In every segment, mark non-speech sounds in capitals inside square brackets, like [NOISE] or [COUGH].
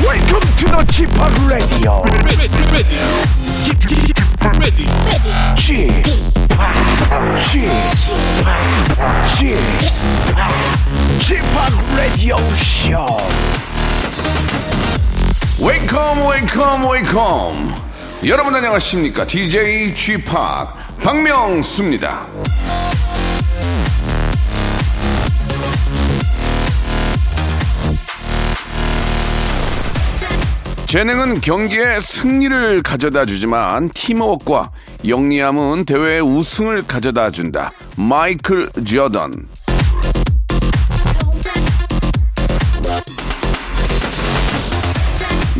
Welcome to the g p o p Radio. ready, ready, ready, ready. g p o p g p o p g p o p Radio Show. 웨이컴 웨이컴 웨이컴 여러분 안녕하십니까 DJ g p o 박명수입니다 재능은 경기에 승리를 가져다 주지만 팀워크와 영리함은 대회의 우승을 가져다 준다 마이클 지어던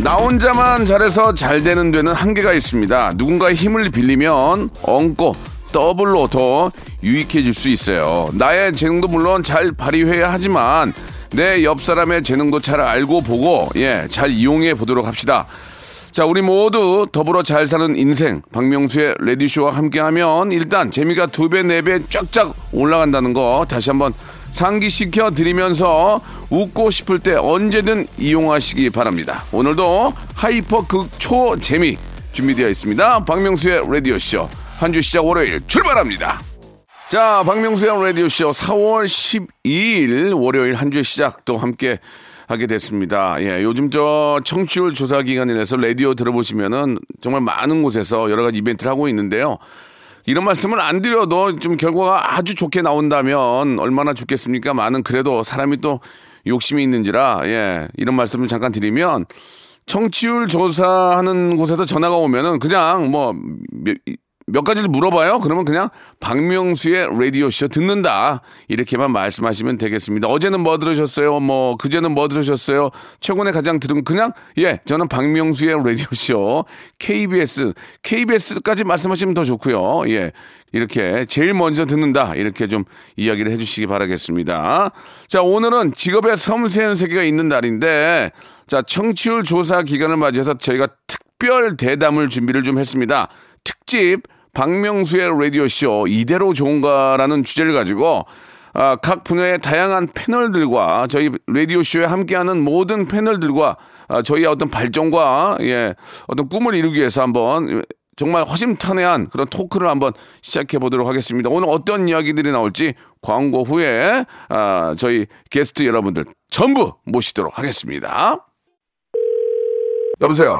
나 혼자만 잘해서 잘 되는 데는 한계가 있습니다. 누군가의 힘을 빌리면 얹고 더블로 더 유익해질 수 있어요. 나의 재능도 물론 잘 발휘해야 하지만 내 옆 사람의 재능도 잘 알고 보고 예, 잘 이용해 보도록 합시다. 자, 우리 모두 더불어 잘 사는 인생 박명수의 레디쇼와 함께하면 일단 재미가 두 배, 네 배 쫙쫙 올라간다는 거 다시 한번 상기시켜 드리면서 웃고 싶을 때 언제든 이용하시기 바랍니다. 오늘도 하이퍼 극초 재미 준비되어 있습니다. 박명수의 라디오쇼 한 주 시작 월요일 출발합니다. 자, 박명수의 라디오쇼 4월 12일 월요일 한 주 시작 또 함께 하게 됐습니다. 예, 요즘 저 청취율 조사 기간이라서 라디오 들어보시면은 정말 많은 곳에서 여러 가지 이벤트를 하고 있는데요. 이런 말씀을 안 드려도 좀 결과가 아주 좋게 나온다면 얼마나 좋겠습니까? 많은 그래도 사람이 또 욕심이 있는지라 예, 이런 말씀을 잠깐 드리면 청취율 조사하는 곳에서 전화가 오면은 그냥 뭐 몇 가지를 물어봐요. 그러면 그냥 박명수의 라디오 쇼 듣는다 이렇게만 말씀하시면 되겠습니다. 어제는 뭐 들으셨어요? 뭐 그제는 뭐 들으셨어요? 최근에 가장 들은 그냥 예 저는 박명수의 라디오 쇼 KBS KBS까지 말씀하시면 더 좋고요. 예 이렇게 제일 먼저 듣는다 이렇게 좀 이야기를 해주시기 바라겠습니다. 자 오늘은 직업의 섬세한 세계가 있는 날인데 자 청취율 조사 기간을 맞이해서 저희가 특별 대담을 준비를 좀 했습니다. 특집 박명수의 라디오쇼 이대로 좋은가라는 주제를 가지고 아, 각 분야의 다양한 패널들과 저희 라디오쇼에 함께하는 모든 패널들과 아, 저희의 어떤 발전과 예, 어떤 꿈을 이루기 위해서 한번 예, 정말 허심탄회한 그런 토크를 한번 시작해 보도록 하겠습니다. 오늘 어떤 이야기들이 나올지 광고 후에 아, 저희 게스트 여러분들 전부 모시도록 하겠습니다. 여보세요.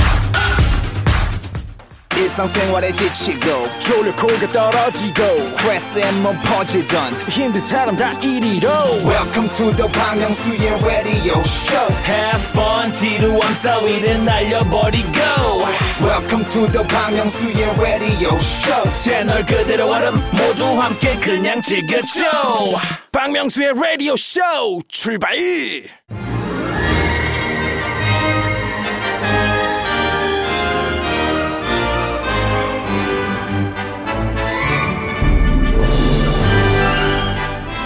일상생활에 지치고, 졸려 코가 떨어지고, 스트레스에 몸 퍼지던, 힘든 사람 다 이리로. welcome to the Bang Myung-soo's radio show Have fun 지루한 따위를 날려버리고 welcome to the Bang Myung-soo's radio show 채널 그대로 얼음 모두 함께 그냥 즐겨줘 박명수의 radio show 출발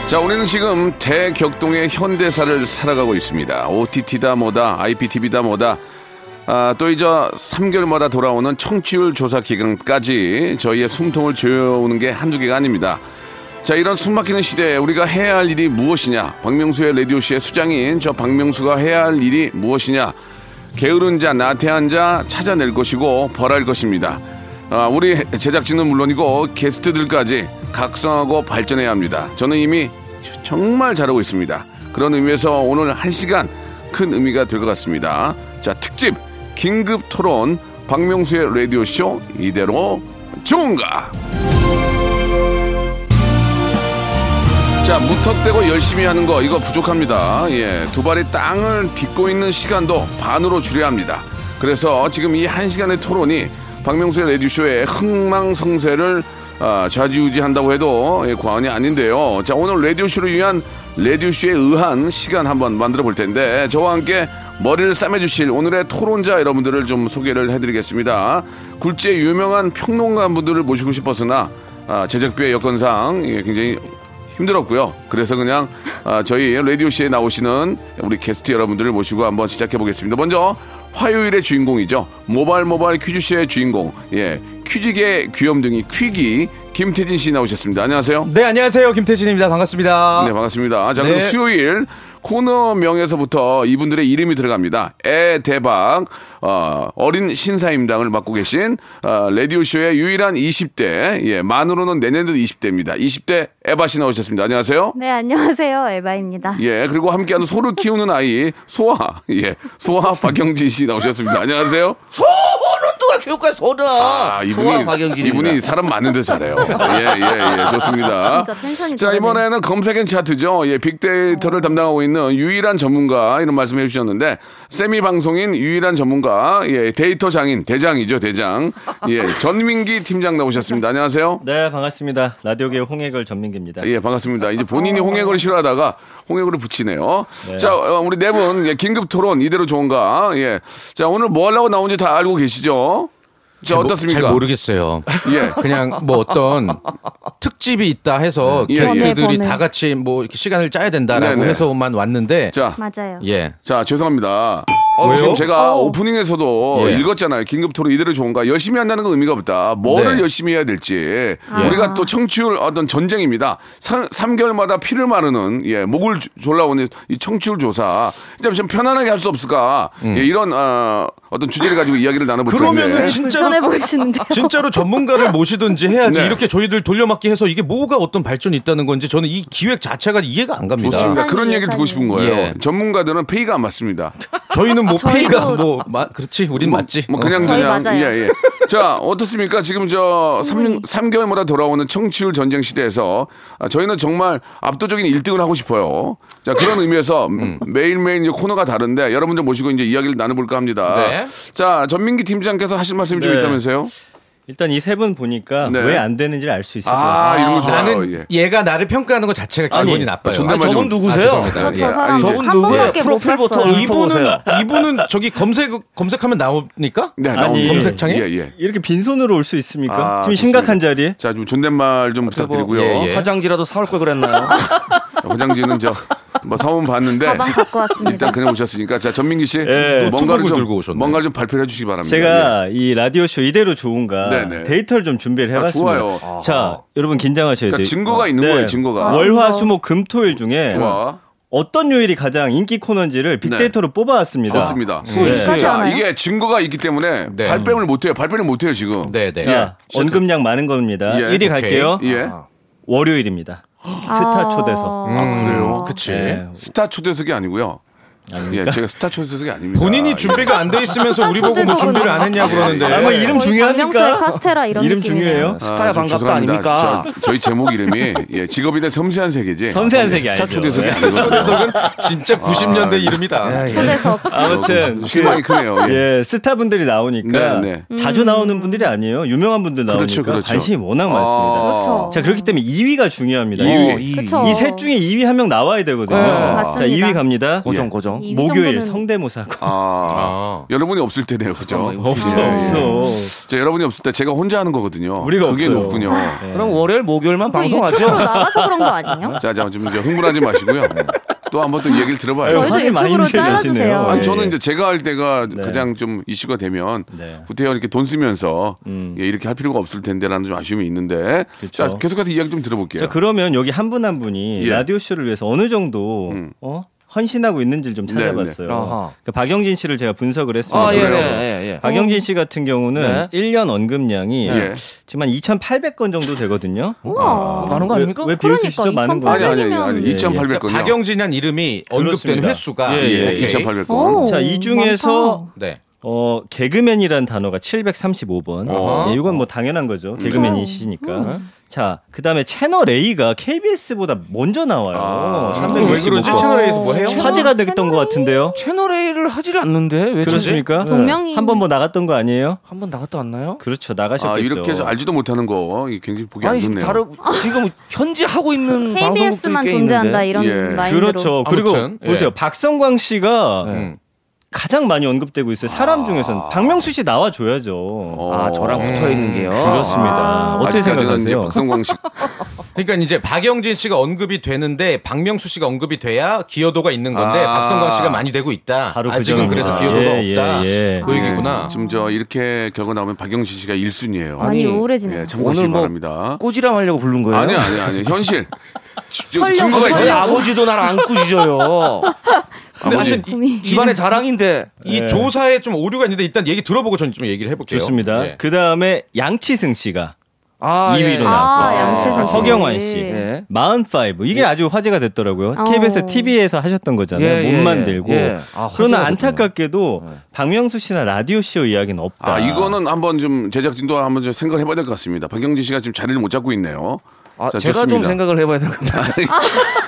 자, 우리는 지금 대격동의 현대사를 살아가고 있습니다. OTT다 뭐다, IPTV다 뭐다. 아, 또 이제 3개월마다 돌아오는 청취율 조사 기간까지 저희의 숨통을 조여오는 게 한두 개가 아닙니다. 자, 이런 숨막히는 시대에 우리가 해야 할 일이 무엇이냐? 박명수의 라디오쇼의 수장인 저 박명수가 해야 할 일이 무엇이냐? 게으른 자, 나태한 자 찾아낼 것이고 벌할 것입니다. 아, 우리 제작진은 물론이고 게스트들까지 각성하고 발전해야 합니다. 저는 이미 정말 잘하고 있습니다. 그런 의미에서 오늘 한 시간 큰 의미가 될 것 같습니다. 자, 특집 긴급 토론 박명수의 라디오 쇼 이대로 좋은가? 자, 무턱대고 열심히 하는 거 이거 부족합니다. 예, 두 발이 땅을 딛고 있는 시간도 반으로 줄여야 합니다. 그래서 지금 이 한 시간의 토론이 박명수의 레디쇼의 흥망성쇠를 아, 좌지우지한다고 해도 예, 과언이 아닌데요. 자, 오늘 레디쇼를 위한 레디쇼에 의한 시간 한번 만들어 볼 텐데 저와 함께 머리를 싸매주실 오늘의 토론자 여러분들을 좀 소개를 해드리겠습니다. 굴지의 유명한 평론가 분들을 모시고 싶었으나 아, 제작비의 여건상 예, 굉장히 힘들었고요. 그래서 그냥 아, 저희 라디오 씨에 나오시는 우리 게스트 여러분들을 모시고 한번 시작해 보겠습니다. 먼저 화요일의 주인공이죠. 모발 모발 퀴즈 씨의 주인공, 예 퀴즈계 귀염둥이 퀴기 김태진 씨 나오셨습니다. 안녕하세요. 네, 안녕하세요. 김태진입니다. 반갑습니다. 아. 네 반갑습니다. 자 그럼 네. 수요일 코너명에서부터 이분들의 이름이 들어갑니다. 애 대박 어, 어린 신사임당을 맡고 계신 어, 라디오 쇼의 유일한 20대 예 만으로는 내년도 20대입니다. 20대 에바 씨 나오셨습니다. 안녕하세요. 네, 안녕하세요. 에바입니다. 예, 그리고 함께하는 소를 키우는 아이 소아, 예, 소아 박영진 씨 나오셨습니다. 안녕하세요. 소는 누가 교육과 소는 아, 소아 박영진입니다. 이분이 사람 많은데 잘해요. 예, 예, 예, 좋습니다. 진짜 텐션이 자, 다르네. 이번에는 검색엔 차트죠. 예, 빅데이터를 담당하고 있는 유일한 전문가 이런 말씀해 주셨는데 세미 방송인 유일한 전문가, 예, 데이터 장인 대장이죠, 대장. 예, 전민기 팀장 나오셨습니다. 안녕하세요. 네 반갑습니다 라디오계 홍해걸 전민기입니다 예, 반갑습니다. 이제 본인이 홍해골을 싫어하다가 홍해골을 붙이네요. 자, 어, 우리 네 분, 예, 긴급 토론 이대로 좋은가? 예. 자, 오늘 뭐 하려고 나온지 다 알고 계시죠? 자, 어떻습니까? 잘 모르겠어요. 예. 그냥 뭐 [LAUGHS] 어떤 특집이 있다 해서 예, 게스트들이 예. 다 같이 뭐 이렇게 시간을 짜야 된다라고 네네. 해서만 왔는데 자, 맞아요. 예. 자, 죄송합니다. 어, 왜요? 지금 제가 오프닝에서도 예. 읽었잖아요. 긴급 토론 이대로 좋은가? 열심히 한다는 건 의미가 없다. 뭐를 네. 열심히 해야 될지. 우리가 또 청취율 어떤 전쟁입니다. 3, 개월마다 피를 마르는, 예, 목을 조- 졸라오는 이 청취율 조사. 이제 좀 편안하게 할 수 없을까? 예, 이런, 어, 어떤 주제를 가지고 이야기를 나눠볼 음. 텐데. 그러면은 불편해 진짜로 보이시는데. [LAUGHS] 진짜로 전문가를 모시든지 해야지 네. 이렇게 저희들 돌려막기 해서 이게 뭐가 어떤 발전이 있다는 건지 저는 이 기획 자체가 이해가 안 갑니다. 좋습니다. 예산이, 그런 얘기를 듣고 예산이. 싶은 거예요. 예. 전문가들은 페이가 안 맞습니다. 저희는 뭐 아, 저희도- 페이가 뭐 마- 그렇지 우린 맞지. 뭐 그냥 어. 저희 그냥 맞아요. 예, 예. 자, 어떻습니까? 지금 저 3, 삼개월마다 돌아오는 청취율 전쟁 시대에서 아, 저희는 정말 압도적인 1등을 하고 싶어요. 자, [LAUGHS] 그런 의미에서 음. 매일매일 이제 코너가 다른데 여러분들 모시고 이제 이야기를 나눠 볼까 합니다. 네. 자, 전민기 팀장께서 하실 말씀이 좀 네. 있다면서요? 일단 이 세 분 보니까 네. 왜 안 되는지를 알 수 있을 것 같아요 아, 이런 거 좋아요. 나는 예. 얘가 나를 평가하는 것 자체가 기분이 나빠요. 아, 존댓말 저분 좀- 누구세요? 죄송합니다. 저, 저 예. 사람 아니, 한 번밖에 못 프로필 봤어요. 보터 이분은 이분은 저기 검색 검색하면 나옵니까? 네, 아니, 나옵니다. 검색창에? 예, 예. 이렇게 빈손으로 올 수 있습니까? 아, 지금 좋습니다. 심각한 자리에 자, 좀 존댓말 좀 부탁드리고요. 아, 예, 예. 화장지라도 사올 걸 그랬나요? [LAUGHS] 화장지는 저뭐 사온 봤는데 가방 갖고 왔습니다. 일단 그냥 오셨으니까 자 전민기 씨 예. 뭔가를 노트북을 좀 들고 오셨네. 뭔가를 좀 발표해 를 주시기 바랍니다. 예. 제가 이 라디오 쇼 이대로 좋은가 네네. 데이터를 좀 준비를 해봤습니다. 아, 좋아요. 자, 여러분 긴장하셔야 그러니까 돼요. 네. 아, 증거가 있는 거예요, 증거가. 아. 월화 수목 금토일 중에 예. 좋아. 네. 어떤 요일이 가장 인기 코너인지를 빅데이터로 뽑아왔습니다. 좋습니다. 네. 자, 하나요? 이게 증거가 있기 때문에 네. 발뺌을 못 해요. 발뺌을 못 해요, 지금. 네, 네. 자, 언급량 많은 겁니다. 예. 1위 갈게요. 예. 월요일입니다. 아. 스타 초대석. 음. 아, 그래요? 그치. 예. 스타 초대석이 아니고요. 예, 제가 스타 초대석이 아닙니다. 본인이 준비가 안 돼 있으면서 우리 보고 뭐 아, 초대석은 준비를 안 했냐 그러는데. 네. 아마 이름 거의 박명수의 중요합니까? 카스테라 이런 이름 느낌이네요. 중요해요. 아, 스타야 좀 반갑다 죄송합니다. 아닙니까? 저, 저희 제목 이름이 예, 직업에 대한 섬세한 세계지. 섬세한 세계 스타 아니죠. 초대석이 예. 아니고. 초대석은 [LAUGHS] 진짜 90년대 아, 예. 이름이다. 초대석. 아무튼 실망이 크네요. 예. 예, 스타분들이 나오니까 네, 자주 음. 나오는 분들이 아니에요. 유명한 분들 나오니까 그렇죠, 그렇죠. 관심이 워낙 아. 많습니다. 그렇죠. 자, 그렇기 때문에 2위가 중요합니다. 이위. 어, 이 그쵸. 이 셋 중에 2위 한 명 나와야 되거든요. 자, 네, 맞습니다. 2위 갑니다. 예. 고정 고정. 이 목요일 정도는- 성대모사고. 아, 아. 여러분이 없을 때네요, 그죠? 없어, 예, 예. 없어. 자, 여러분이 없을 때 제가 혼자 하는 거거든요. 우리가 그게 없어요. 높군요. 예. 네. 그럼 월요일 목요일만 그 방송하죠. 유튜브로 나가서 그런 거 [LAUGHS] 아니에요? 자, 자, 좀 이제 흥분하지 마시고요. 또 한 번 또 얘기를 들어봐요. 저희도 화를 많이 유튜브로 내시네요. 잘라주세요. 아니, 예. 저는 이제 제가 할 때가 가장 좀 이슈가 되면 네. 음. 구태여 이렇게 돈 쓰면서 예, 이렇게 할 필요가 없을 텐데라는 좀 아쉬움이 있는데 그쵸. 자 계속해서 이야기 좀 들어볼게요. 자, 그러면 여기 한 분 한 분이 예. 음. 라디오 쇼를 위해서 어느 정도 어? 헌신하고 있는지를 좀 네, 네. 찾아봤어요. 아하. 그러니까 박영진 씨를 제가 분석을 했습니다. 아, 예, 예, 그래요. 예, 예. 네, 박영진 씨 같은 네. 경우는 1년 언급량이 예. 지금 한 2,800건 정도 되거든요. 우와. 많은 거 아닙니까? 왜, 왜 비웃으시죠? 그러니까 많은 거. 아니 아니 아니, 아니면- 아니 예, 예. 2,800건요. 박영진이란 이름이 언급된 그렇습니다. 회수가 예, 예, 오케이. 2,800건. 오, 자, 이 중에서 많다. 네. 어, 개그맨이라는 단어가 735번. 어허. 네, 이건 뭐 당연한 음. 거죠. 개그맨이시니까. 음. 자, 그 다음에 채널 A가 KBS보다 먼저 나와요. 아, 그럼 왜 그러지? 아, 채널 A에서 뭐 해요? 화제가 됐던 것 같은데요. 채널 A를 하질 않는데 왜 그렇습니까? 그러지? 동명이 한 번 뭐 나갔던 거 아니에요? 한 번 나갔다 왔나요? 그렇죠. 나가셨겠죠. 아, 이렇게 해서 알지도 못하는 거 이게 굉장히 보기 안 아니 좋네요. 다른 지금 현지 [LAUGHS] 하고 있는 방송국도 KBS만 꽤 존재한다 있는데. 이런 마인드로. 그렇죠. 그리고 아무튼, 예. 보세요. 박성광 씨가 네. 음. 음, 가장 많이 언급되고 있어요. 사람 아. 중에서는 박명수 씨 나와줘야죠. 아 저랑 붙어 있는 게요. 그렇습니다. 어떻게 어. 아직까지는 이제 생각하세요? 박성광 [LAUGHS] 씨 그러니까 이제 박영진 씨가 언급이 되는데 박명수 씨가 언급이 돼야 기여도가 있는 건데 아. 박성광 씨가 많이 되고 있다. 바로 그 아직은 그래서 점이구나. 기여도가 예, 없다. 예, 예. 그 얘기구나. 예, 지금 저 이렇게 결과 나오면 박영진 씨가 1순위예요. 많이 우울해지네요. 예, 참고하시기 오늘 뭐 바랍니다. 꼬지람 하려고 부른 거예요? 아니요, 아니요, 아니요. [LAUGHS] 현실. 지- 지- 헐렁, 증거가 저희 있잖아요. 아버지도 날 [LAUGHS] 안 꾸짖어요. 근데 하여튼 이, 고민. 집안의 자랑인데 이 예. 조사에 좀 오류가 있는데 일단 얘기 들어보고 저는 좀 얘기를 해볼게요. 좋습니다. 예. 그 다음에 양치승 씨가 아, 2위로 예. 나왔고 아, 양치승 씨. 허경환 씨 예. 45 이게 아주 화제가 됐더라고요. 어. KBS TV에서 하셨던 거잖아요. 예, 못 예, 만들고 예. 아, 화제가 그러나 됐구나. 예. 안타깝게도 박명수 씨나 라디오 쇼 이야기는 없다. 아, 이거는 한번 좀 제작진도 한번 좀 생각을 해봐야 될 것 같습니다. 박영진 씨가 지금 자리를 못 잡고 있네요. 아, 자, 제가 좀 좋습니다. 생각을 해봐야 되는 거 [LAUGHS]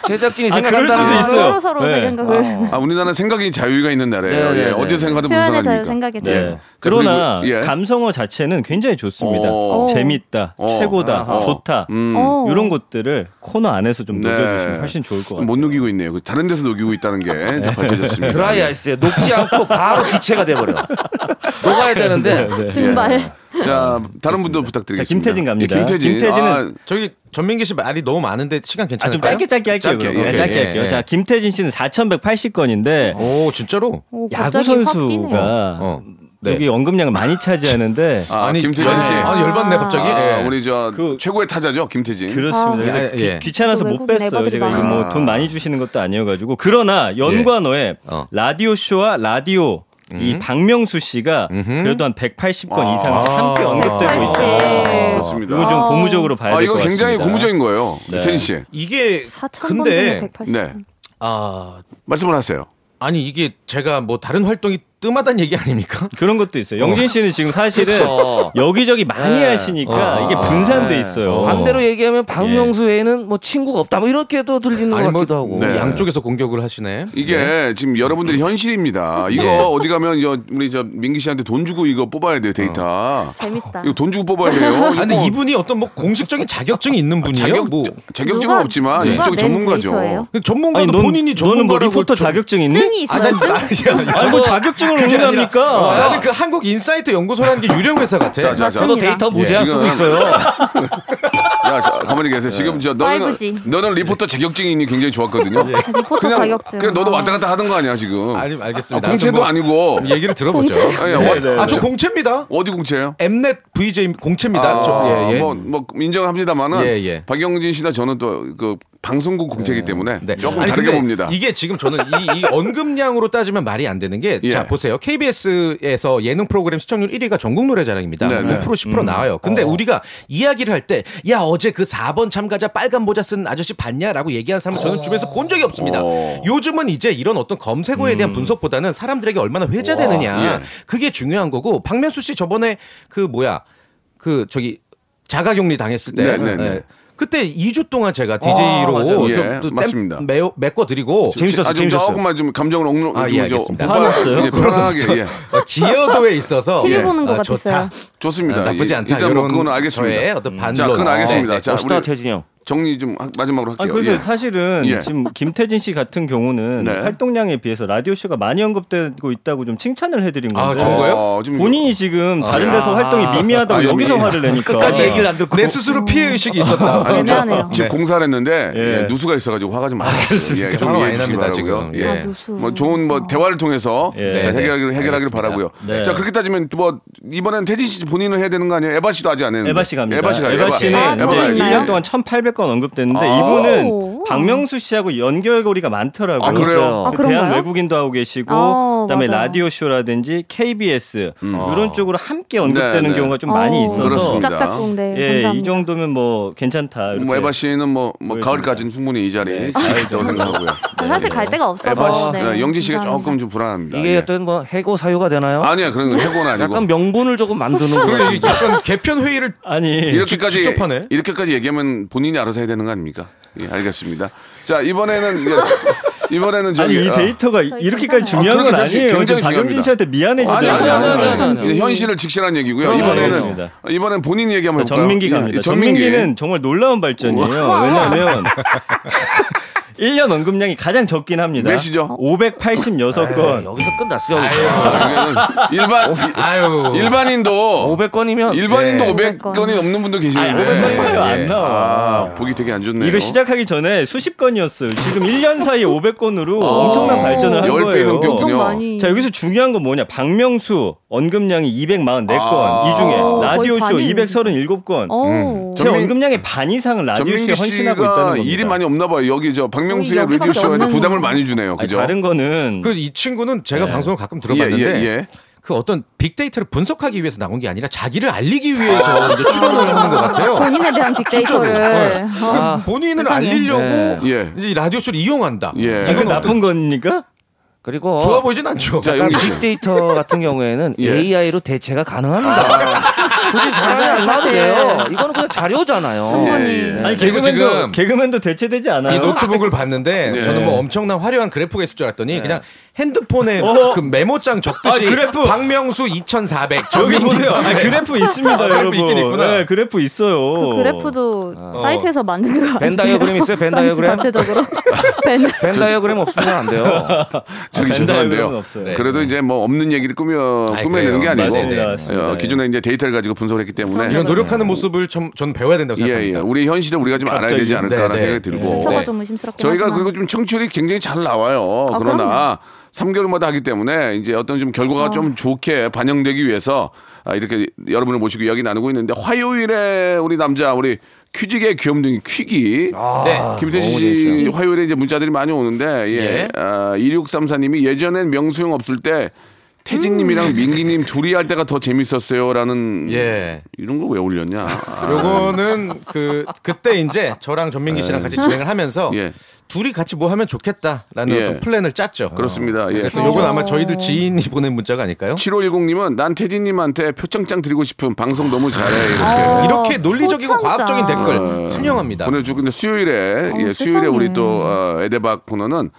제작진이 아, 그럴 생각한다. 수도 아, 있어요. 서로 서로 네. 생각을 아, 우리나라는 생각이 자유가 있는 나라예요. 네, 예, 네, 어디서 네. 생각하든 무슨 상관입니까? 표현의 자유, 생각의 예. 자유. 네. 자, 그러나 그리고- 예. 감성어 자체는 굉장히 좋습니다. 어. 재밌다, 어. 최고다, 아하. 좋다. 음, 어. 이런 것들을 코너 안에서 좀 네. 녹여주시면 훨씬 좋을 것 좀 같아요. 못 녹이고 있네요. 그 다른 데서 녹이고 있다는 게 네. 다 밝혀졌습니다. 예. 드라이 아이스에 녹지 않고 바로 기체가 돼버려. 네. 녹아야 [LAUGHS] 되는데 네, 예. 증발. 자, 다른 분도 부탁드리겠습니다. 자, 김태진 갑니다. 예, 김태진. 김태진은 아, 저기 전민기 씨 말이 너무 많은데 시간 아, 좀 괜찮을까요? 짧게 짧게 할게요. 짧게, 그럼. 예, 어. 네, 짧게 예, 할게요. 예. 자, 김태진 씨는 4,180건인데 오 진짜로? 오, 야구 갑자기 확 뛰네요. 선수가 아, 어. 네. 여기 언급량을 [LAUGHS] 많이 차지하는데 아, 김태진 씨. 아, 열받네 갑자기. 아, 예. 우리 저 그- 최고의 타자죠, 김태진. 그렇습니다. 아, 근데 예, 귀- 예. 귀찮아서 또 못 외국인 뺐어요. 알바들이 제가 이거 많아. 뭐 돈 많이 주시는 것도 아니어가지고 그러나 연관어에 어. 라디오 쇼와 라디오 이 박명수 씨가 그래도 한 180건 이상씩 함께 언급되고 180. 있어요. 좋습니다. 이거 좀 아. 고무적으로 봐야 아, 네. 될 것 이거 같습니다. 굉장히 고무적인 거예요. 네. 태진 씨. 이게 4,000번 중에 근데 180. 네. 아 말씀을 하세요. 아니 이게 제가 뭐 다른 활동이 뜸하다는 얘기 아닙니까? 그런 것도 있어요. 영진 씨는 지금 사실은 그쵸. 여기저기 많이 네. 하시니까 어. 이게 네. 분산돼 있어요. 반대로 얘기하면 박명수 외에는 뭐 친구가 없다 뭐 이렇게도 들리는 것 같기도 하고. 예. 네. 뭐 양쪽에서 공격을 하시네. 네. 이게 지금 여러분들이 현실입니다. 이거 어디 가면 여, 우리 저 민기 씨한테 돈 주고 이거 뽑아야 돼요, 데이터. 재밌다. 이거 돈 주고 뽑아야 돼요. 어. 아니 근데 이분이 어떤 뭐 공식적인 자격증이 있는 분이에요? 자격 뭐 자격증은 누가- 없지만 누가 이쪽 맨 전문가죠. 데이터예요? 근데 전문가도 아니 넌, 본인이 너는 뭐 전문가라고 리포터 좀- 자격증 있니? 증이 있어요. 증. 아니 뭐 자격증을 그게 아니라- 운영합니까? 아, 나는 그 한국 인사이트 연구소라는 게 유령 회사 같아. 자, 자, 자. 저도 데이터 뭐 무제한 예. 쓰고 지금- 있어요. [LAUGHS] 야, 자, 가만히 계세요. 지금 저 너는 5G. 너는 리포터 자격증이 굉장히 좋았거든요. 리포터 그냥 자격증. 그냥 너도 어. 왔다 갔다 하는 거 아니야 지금? 네. 아니 알겠습니다. 뭐 예. 아, 공채도 좀 아니고 얘기를 들어보죠. 아니, 어, 아 저 공채입니다. 어디 공채예요? 엠넷 VJ 공채입니다. 아, 저, 예, 예. 뭐, 뭐 인정합니다만은 예, 예. 박영진 씨나 저는 또 그 방송국 공채이기 때문에 네. 조금 아니, 다르게 근데 봅니다. 이게 지금 저는 이, 이 언급량으로 따지면 말이 안 되는 게, 예. 자, 보세요. KBS에서 예능 프로그램 시청률 1위가 전국노래 자랑입니다. 네, 어. 네. 9% 10% 나와요. 근데 우리가 이야기를 할 때, 야, 어제 그 4번 참가자 빨간 모자 쓴 아저씨 봤냐? 라고 얘기한 사람은 저는 주변에서 본 적이 없습니다. 어. 음. 요즘은 이제 이런 어떤 검색어에 대한 분석보다는 사람들에게 얼마나 회자되느냐. 예. 그게 중요한 거고, 박명수 씨 저번에 그 뭐야, 그 저기 자가 격리 당했을 때. 네, 네, 네. 예. 그때 2주 동안 제가 맞아요. DJ로 예, 맞습니다. 메, 메꿔드리고 재밌었어, 아, 좀 재밌었어. 조금만 좀 감정을 억누르 아, 예, 좀 알겠습니다. 좀 오빠, 화났어요? 이제 편안하게 예. 어, 기여도에 [LAUGHS] 있어서 TV 예, 보는 것 아, 좋다. 같았어요. 좋습니다. 아, 나쁘지 않다. 일단 뭐 이런 그건 알겠습니다. 저의 어떤 반론. 자, 그건 알겠습니다. 네, 자, 멋있다 우리 태진이 형. 정리 좀 하- 마지막으로 아니 할게요. 그래서 예. 사실은 예. 지금 김태진 씨 같은 경우는 네. 활동량에 비해서 라디오 쇼가 많이 언급되고 있다고 좀 칭찬을 해드린 아, 건데 좋은 거예요? 어, 지금 본인이 지금 다른 아. 데서 활동이 미미하다고 아, 여기서 여기. 화를 내니까 끝까지 얘기를 안 듣고. 내 스스로 피해 의식이 있었다. 음. 아니, 저 애매하네요. 집 네. 공사를 했는데 예. 예, 누수가 있어가지고 화가 좀 많이 났어요. 그렇습니까? 예, 좀 화가 이해해 많이 주시기 납니다, 바라고요. 지금. 예. 아, 누수. 어. 뭐 좋은 뭐 대화를 통해서 예. 잘 네, 해결하기를 해결하기를 바라고요. 네. 자 그렇게 따지면 뭐 이번엔 태진 씨 본인을 해야 되는 거 아니에요? 에바 씨도 아직 안 했는데. 에바 씨가 합니다. 에바 씨가 에바 씨는 아, 이제 에바가 가야죠. 있나요? 1년 동안 1,800건 언급됐는데 아. 이분은 오. 박명수 씨하고 연결고리가 많더라고요. 아, 그래요? 아, 그 그런가요? 대한 외국인도 하고 계시고 아, 그다음에 맞아요. 라디오 쇼라든지 KBS 이런 쪽으로 함께 네, 언급되는 음. 네. 경우가 좀 어, 많이 있어서 그렇습니다. 짝짝꿍, 네, 예, 이 감사합니다. 정도면 뭐 괜찮다. 뭐 에바 씨는 뭐, 뭐 보여줍니다. 가을까지는 충분히 이 자리에 잘 있다고 생각하고요. 아, 사실 갈 데가 없어서. 에바 씨, 네, 네, 영진 씨가 감사합니다. 조금 좀 불안합니다. 예. 이게 어떤 뭐 해고 사유가 되나요? 아, 아니야 그런 건 해고는 아니고. 약간 명분을 조금 만드는 거. 그래, 이게 약간 개편 회의를 아니 이렇게까지 이렇게까지 얘기하면 본인이 알아서 해야 되는 거 아닙니까? 예, 알겠습니다. 자 이번에는 [LAUGHS] 이제- 이번에는 저기 아니 이 아, 데이터가 이렇게까지 중요한 그러니까 건 사실 아니에요. 굉장히 굉장히 중요합니다. 박영진 씨한테 미안해지지 아니, 아니, 아니, 아니, 아니, 않아요. 아니. 현실을 직시한 얘기고요. 어, 이번에는 알겠습니다. 이번엔 본인 얘기 한번 자, 해볼까요? 전민기 예, 갑니다. 전민기. 뭐? 전민기는 정말 놀라운 발전이에요. 우와. [LAUGHS] 왜냐하면 1년 언급량이 가장 적긴 합니다. 몇이죠? 586건. 여기서 끝났어요. 아, 일반 아유. 일반인도 500건이면 일반인도 네. 예. 500건이 넘는 분도 계시는데 예, 아, 아니, 500 건이면 안 나와. 보기 되게 안 좋네요. 이거 시작하기 전에 수십 건이었어요. 지금 1년 사이에 500건으로 엄청난 발전을 한 아, 열배 거예요. 성격군요. 엄청 많이. 자, 여기서 중요한 건 뭐냐? 박명수 언급량이 244건 아. 이 중에 어, 라디오 쇼 거의 반이네. 어, 237건. 오. 제 전민- 언급량의 반 이상은 라디오 쇼에 전민기 헌신하고 씨가 있다는 일이 겁니다. 많이 없나 봐요. 여기 저 박명수의 여기밖에 라디오 쇼에는 없는 부담을 거예요. 많이 주네요. 아니, 그죠? 다른 거는 그 이 친구는 제가 네. 방송을 가끔 들어봤는데 예, 예, 예. 그 어떤 빅데이터를 분석하기 위해서 나온 게 아니라 자기를 알리기 아. 위해서 이제 출연을 하는 것 같아요. [LAUGHS] 본인에 대한 빅데이터를. 진짜로. 네. 어. 아, 본인을 세상에. 알리려고 예. 이제 라디오 쇼를 이용한다. 뭐 이거 나쁜 겁니까? 그리고 좋아 보이진 않죠. 자, 약간 빅데이터 [LAUGHS] 같은 경우에는 예. AI로 대체가 가능합니다. 아. 굳이 사람이 맞아요, 안 나와도 사실. 돼요. 이거는 그냥 자료잖아요. 예. 네. 아니, 그리고 개그맨도, 지금 개그맨도 대체되지 않아요. 이 노트북을 봤는데 예. 저는 뭐 엄청난 화려한 그래프가 있을 줄 알았더니 그냥 핸드폰에 어허. 그 메모장 적듯이 아, 그래프. 박명수 2,400 저기 전민기 보세요. 아니, 400. 그래프 있습니다, 아, 여러분. 그래프 있긴 있구나. 네, 그래프 있어요. 그 그래프도 어. 사이트에서 만든 거 같아요. 벤다이어그램 있어요? 벤다이어그램? 사이트 전체적으로. [LAUGHS] 벤- 벤다이어그램 없으면 안 돼요. 저기 아, 죄송한데요. 벤다이어그램은 없어요. 네. 그래도 이제 뭐 없는 얘기를 꾸며 아이, 그래요. 꾸며내는 게 아니고 맞습니다, 어, 맞습니다. 예. 기존에 이제 데이터를 가지고 분석을 했기 때문에 이런 노력하는 모습을 참 저는 배워야 된다고 예, 예. 생각합니다. 우리 현실을 우리가 좀 알아야 갑자기. 되지 않을까라는 네, 네. 생각이 들고. 저거 좀 의심스럽긴 저희가 하지만. 그리고 좀 청취율이 굉장히 잘 나와요. 아, 그러나 3개월마다 하기 때문에 이제 어떤 좀 결과가 좀 좋게 반영되기 위해서 아, 이렇게 여러분을 모시고 이야기 나누고 있는데 화요일에 우리 남자 우리 퀴직의 귀염둥이 퀴기 네. 김태진 너무 씨 재밌어요. 화요일에 이제 문자들이 많이 오는데 예. 예. 아, 2634님이 예전엔 명수형 없을 때 태진님이랑 민기님 둘이 할 때가 더 재밌었어요라는 예. 이런 거 왜 올렸냐? 아, 요거는 그 그때 이제 저랑 전민기 씨랑 같이 진행을 하면서 예. 둘이 같이 뭐 하면 좋겠다라는 예. 어떤 플랜을 짰죠. 그렇습니다. 예. 그래서 요건 아마 저희들 지인이 보낸 문자가 아닐까요? 7510님은 난 태진님한테 표창장 드리고 싶은 방송 너무 잘해 어, 아. 이렇게 이렇게 논리적이고 과학적인 댓글 어, 환영합니다. 보내주고 근데 수요일에 어, 예, 수요일에 우리 또 어, 에데박 코너는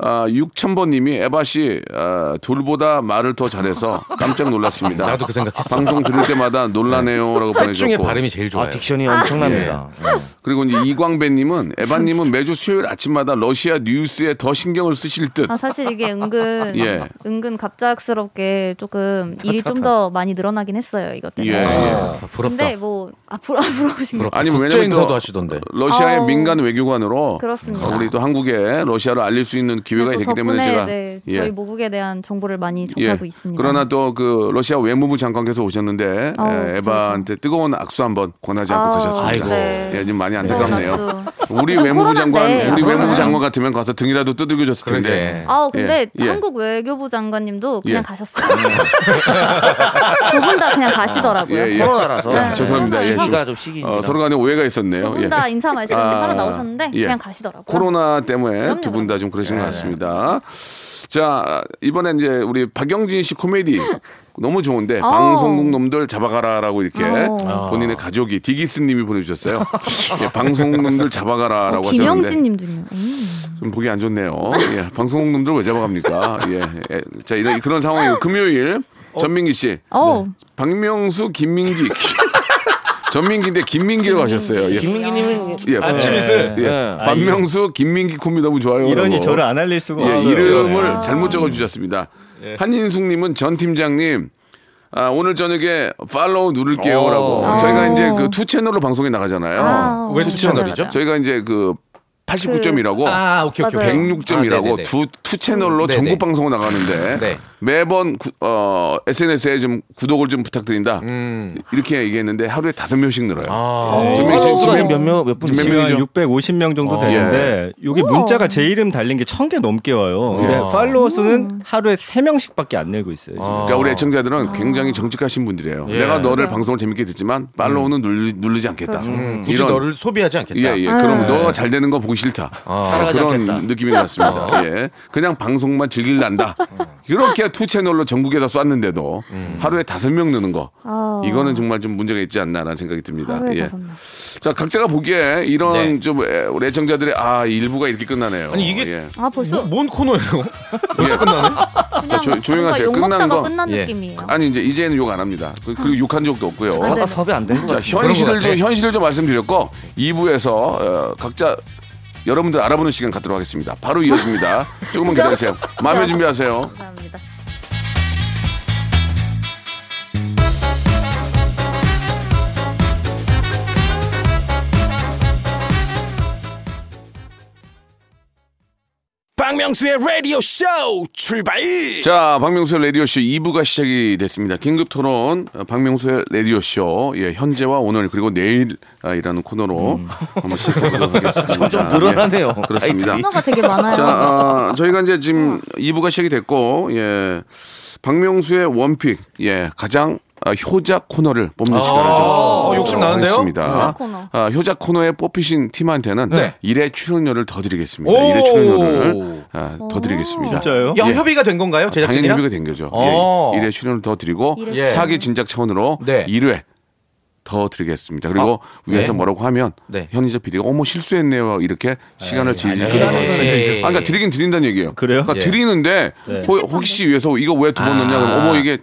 아, 6000번님이 에바 씨 아, 둘보다 말을 더 잘해서 깜짝 놀랐습니다. 나도 그 생각했어. 방송 들을 때마다 놀라네요라고 셋 보내주고 중에 발음이 제일 좋아요. 아, 딕션이 엄청납니다. 예. 그리고 이제 이광배님은 에바님은 매주 수요일 아침마다 러시아 뉴스에 더 신경을 쓰실 듯. 아, 사실 이게 은근 [LAUGHS] 예. 은근 갑작스럽게 조금 일이 좀 더 많이 늘어나긴 했어요 이것 예. 뭐 때문에. 예. 근데 뭐 앞으로 앞으로 오신 거. 아니 왜냐면 국제 인사도 또 어, 하시던데. 러시아의 아우. 민간 외교관으로 그렇습니다. 어, 우리 또 한국에 러시아를 알릴 수 있는 기회가 또 있기 때문에 제가 네, 예. 저희 모국에 대한 정보를 많이 예. 접하고 있습니다. 그러나 또 그 러시아 외무부 장관께서 오셨는데 예, 아우, 에, 에바한테 뜨거운 악수 한번 권하지 않고 그렇죠. 아우, 가셨습니다. 아이고. 네. 예, 지금 많이 뜨거운 안타깝네요. 악수. 우리 요즘 외무부 장관, 코로나인데. 우리 아, 외무부 그러네요. 장관 같으면 가서 등이라도 두들겨 줬을 텐데. 아 근데 예, 예. 한국 외교부 장관님도 그냥 예. 가셨어요. [LAUGHS] 두 분 다 그냥 가시더라고요. 예, 예. 코로나라서. 아, 죄송합니다. 예, 시기가 좀, 좀 시기입니다. 어, 서로 간에 오해가 있었네요. 두 분 다 인사 말씀 하러 나오셨는데 예. 그냥 가시더라고요. 코로나 때문에 그럼요, 두 분 다 좀 네. 그러신 것 같습니다. 자, 이번에 이제 우리 박영진 씨 [LAUGHS] 코미디 너무 좋은데 어. 방송국 놈들 잡아가라라고 이렇게 어. 본인의 가족이 디기스 님이 [LAUGHS] 보내주셨어요. 예, 방송국 놈들 잡아가라라고 하셨는데 어, 김영진님도요. 음. 좀 보기 안 좋네요. 예, 방송국 놈들 왜 잡아갑니까? 예, 예, 자 이런 그런 상황이고 금요일 전민기 씨, 어. 박명수, 김민기, [LAUGHS] 전민기인데 김민기로 하셨어요. 예. 김민기님은 예, 아침 예, 이슬. 예. 예. 박명수, 김민기 콤비 너무 좋아요. 어, 이러니 라고. 저를 안 알릴 수가 예, 없어요. 이름을 아. 잘못 적어주셨습니다. 예. 한인숙님은 전 팀장님. 아, 오늘 저녁에 팔로우 누를게요라고. 어. 아. 저희가 어. 이제 그 투 채널로 방송에 나가잖아요. 아, 왜투 채널이죠? 저희가 이제 그 89.이라고 아, 오케이, 오케이, 오케이. 106.이라고 아, 네네네. 두, 두 네네. 채널로 네. 전국 방송을 [LAUGHS] 나가는데 매번 구- 어, SNS에 좀 구독을 좀 부탁드린다. 음. 이렇게 얘기했는데 하루에 다섯 명씩 늘어요. 아. 네. 지금 몇- 지금 지금 몇 명, 몇 분이죠? 지금 몇 명이죠? 650명 정도 어. 되는데 여기 우와. 문자가 제 이름 달린 게 천 개 넘게 와요. 근데 어. 팔로워 수는 하루에 세명씩밖에안 내고 있어요. 지금. 그러니까 우리 애청자들은 굉장히 정직하신 분들이에요. 예. 내가 너를 네. 방송을 재밌게 듣지만 팔로우는 누르, 누르지 않겠다. 음, 굳이 너를 소비하지 않겠다. 예, 예. 음. 그럼 너가 잘 되는 거 보기 싫다. 따라가지 그런 않겠다. 느낌인 것 같습니다. 어. 예. 그냥 방송만 즐길란다. 이렇게 투 채널로 전국에다 쐈는데도 음. 하루에 다섯 명 느는 거. 아. 이거는 정말 좀 문제가 있지 않나라는 생각이 듭니다. 하루에 예. 다섯 명. 자, 각자가 보기에 이런 좀 애- 우리 애청자들의 아, 일부가 이렇게 끝나네요. 네. 아니, 이게 예. 아 벌써 어, 뭔 [LAUGHS] 코너예요? 벌써 끝나네? 자, 조, 조용하세요. 뭔가 욕 끝난 먹다가 거. 예. 끝난 느낌이에요. 네, 아니 이제 이제는 욕 안 합니다. 그- 그리고 욕한 적도 없고요. 아까 섭외 안 된것 자, 같은데. 그런 현실을 것 좀 같아. 현실을 좀 말씀드렸고 2부에서 어, 각자 여러분들 알아보는 시간 갖도록 하겠습니다. 바로 이어집니다. [LAUGHS] 조금만 기다리세요. 마음의 준비하세요. 박명수의 라디오 쇼 출발. 자, 박명수의 라디오쇼 2부가 시작이 됐습니다. 긴급 토론, 어, 박명수의 라디오쇼, 예, 현재와 오늘, 그리고 내일이라는 코너로 한번 시작해보도록 하겠습니다. 음. [LAUGHS] 점점 늘어나네요. 예, 그렇습니다. 코너가 되게 많아요. 네. 자, 아, 저희가 이제 지금 2부가 시작이 됐고, 예, 박명수의 원픽, 예, 가장 아, 효자 코너를 뽑는 아, 시간을 좀 어, 욕심 나는데요? 했습니다. 효자 코너. 아, 효자 코너에 뽑히신 팀한테는 네. 일회 출연료를 더 드리겠습니다. 오. 일회 출연료를 아, 더 드리겠습니다. 진짜요? 야, 예. 협의가 된 건가요? 당연히 제작진이랑? 협의가 된 거죠. 어. 예, 1회 출연을 더 드리고 일회 출연. 사기 진작 차원으로 네. 일 1회 더 드리겠습니다. 그리고 아, 위에서 네. 뭐라고 하면 네. 예, 현희자 PD가 어머 실수했네요 이렇게 시간을 질질 끌어가요 에이, 에이, 에이. 아, 그러니까 드리긴 드린다는 얘기예요. 그래요? 그러니까 예. 드리는데 네. 호- 혹시 위에서 이거 왜 두 번 아. 넣냐 그러면 어머 이게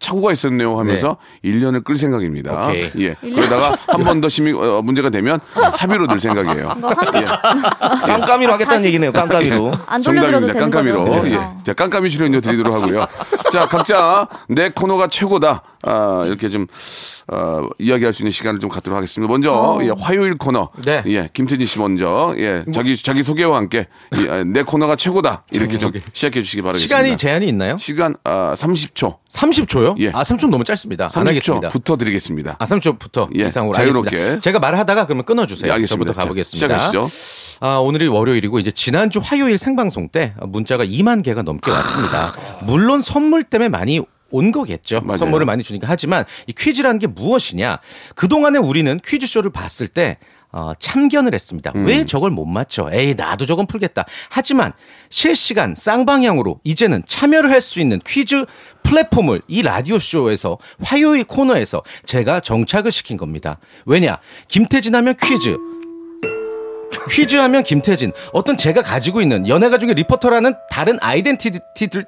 착오가 있었네요 하면서 일 1년을 끌 생각입니다. 오케이. 예. 일 년. [LAUGHS] 그러다가 한 번 더 심히 어, 문제가 되면 사비로 들 생각이에요. 깜깜이로 하겠다는 얘기네요. 깜깜이로. 어? 안 정답입니다. 돌려드려도 되는 깜깜이로. 거죠? 네. 예. 자, 깜깜이 출연료 드리도록 하고요. 자, 각자 내 코너가 최고다. 아, 이렇게 좀 어, 이야기할 수 있는 시간을 좀 갖도록 하겠습니다. 먼저 어. 예, 화요일 코너. 네. 뭐 예, 김태진 씨 먼저. 예, 자기 자기 소개와 함께 이, 아, 내 코너가 최고다. 이렇게 좀 시작해 주시기 바라겠습니다. 시간이 제한이 있나요? 시간 아, 30초. 30초요? 예. 아, 3초 너무 짧습니다. 안 하겠습니다. 30초부터 드리겠습니다. 아, 3초부터 예, 이상으로 자유롭게. 하겠습니다. 제가 말을 하다가 그러면 끊어 주세요. 예, 알겠습니다. 네, 저부터 가보겠습니다. 자, 시작하시죠. 아, 오늘이 월요일이고 이제 지난주 화요일 생방송 때 문자가 2만 개가 넘게 왔습니다. 물론 선물 때문에 많이 온 거겠죠. 선물을 많이 주니까 하지만 이 퀴즈라는 게 무엇이냐? 그동안에 우리는 퀴즈쇼를 봤을 때 어, 참견을 했습니다. 왜 저걸 못 맞춰? 에이, 나도 저건 풀겠다. 하지만 실시간 쌍방향으로 이제는 참여를 할 수 있는 퀴즈 플랫폼을 이 라디오쇼에서 화요일 코너에서 제가 정착을 시킨 겁니다. 왜냐? 김태진 하면 퀴즈, 퀴즈 하면 김태진. 어떤 제가 가지고 있는 연예가 중에 리포터라는 다른 아이덴티티들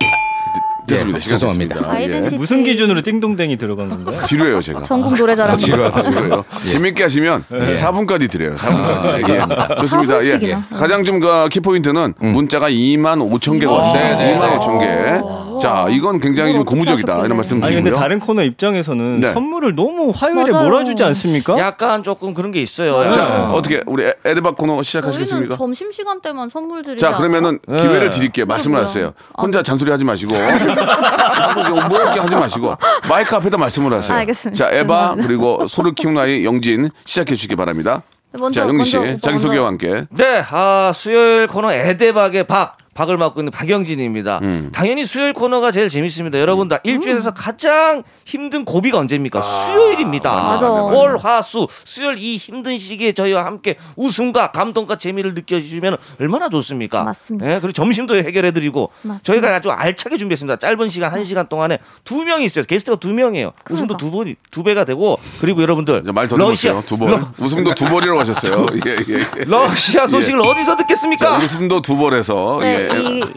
됐습니다. 예, 시간 죄송합니다. 됐습니다. 아이덴티티. 무슨 기준으로 띵동댕이 들어간 건가요? 지루해요, 제가. 전국 노래자랑. 아, [LAUGHS] 지루하다, 지루해요. 재밌게 하시면 4분까지 드려요. 4분까지. 아, 알겠습니다. 좋습니다. 예. 사분씩이나. 가장 좀 어, 키포인트는 문자가 2만 5천 개가 왔어요. 네, 네, 2만 네. 5천 개. 자, 이건 굉장히 좀 고무적이다. 이런 말씀 아니 근데 드리고요. 다른 코너 입장에서는 네. 선물을 너무 화요일에 맞아요. 몰아주지 않습니까? 약간 조금 그런 게 있어요. 자, 어떻게 우리 에- 에드박 코너 시작하시겠습니까? 저희는 점심 시간 때만 선물 드리지 자, 그러면은 않아요? 아, 기회를 네. 드릴게요. 그게 말씀을 뭐야? 하세요. 혼자 잔소리 하지 마시고. 하고 뭐 이렇게 하지 마시고. 마이크 앞에다 말씀을 하세요. 알겠습니다. 자, 에바, 죄송합니다. 그리고 소를 키운 아이 영진 시작해 주시기 바랍니다. 먼저, 자, 영진 씨, 먼저 오빠 자기소개와 함께. 네, 아, 수요일 코너 애대박의 박. 박을 맡고 있는 박영진입니다. 음. 당연히 수요일 코너가 제일 재밌습니다. 여러분, 다 일주일에서 가장 힘든 고비가 아, 언제입니까? 수요일입니다. 맞아. 월, 화, 수. 수요일 이 힘든 시기에 저희와 함께 웃음과 감동과 재미를 느껴주시면 얼마나 좋습니까? 맞습니다. 그리고 점심도 해결해드리고 맞습니다. 저희가 아주 알차게 준비했습니다. 짧은 시간, 한 시간 동안에 두 명이 있어요. 게스트가 두 명이에요. 웃음도 두, 번, 두 배가 되고 그리고 여러분들. 말 더듬었어요. 두 번. 웃음도 두 번이라고 하셨어요. 예, 예, [LAUGHS] 예. 러시아 소식을 어디서 듣겠습니까? 자, 웃음도 두 번에서. 네, 예. 이,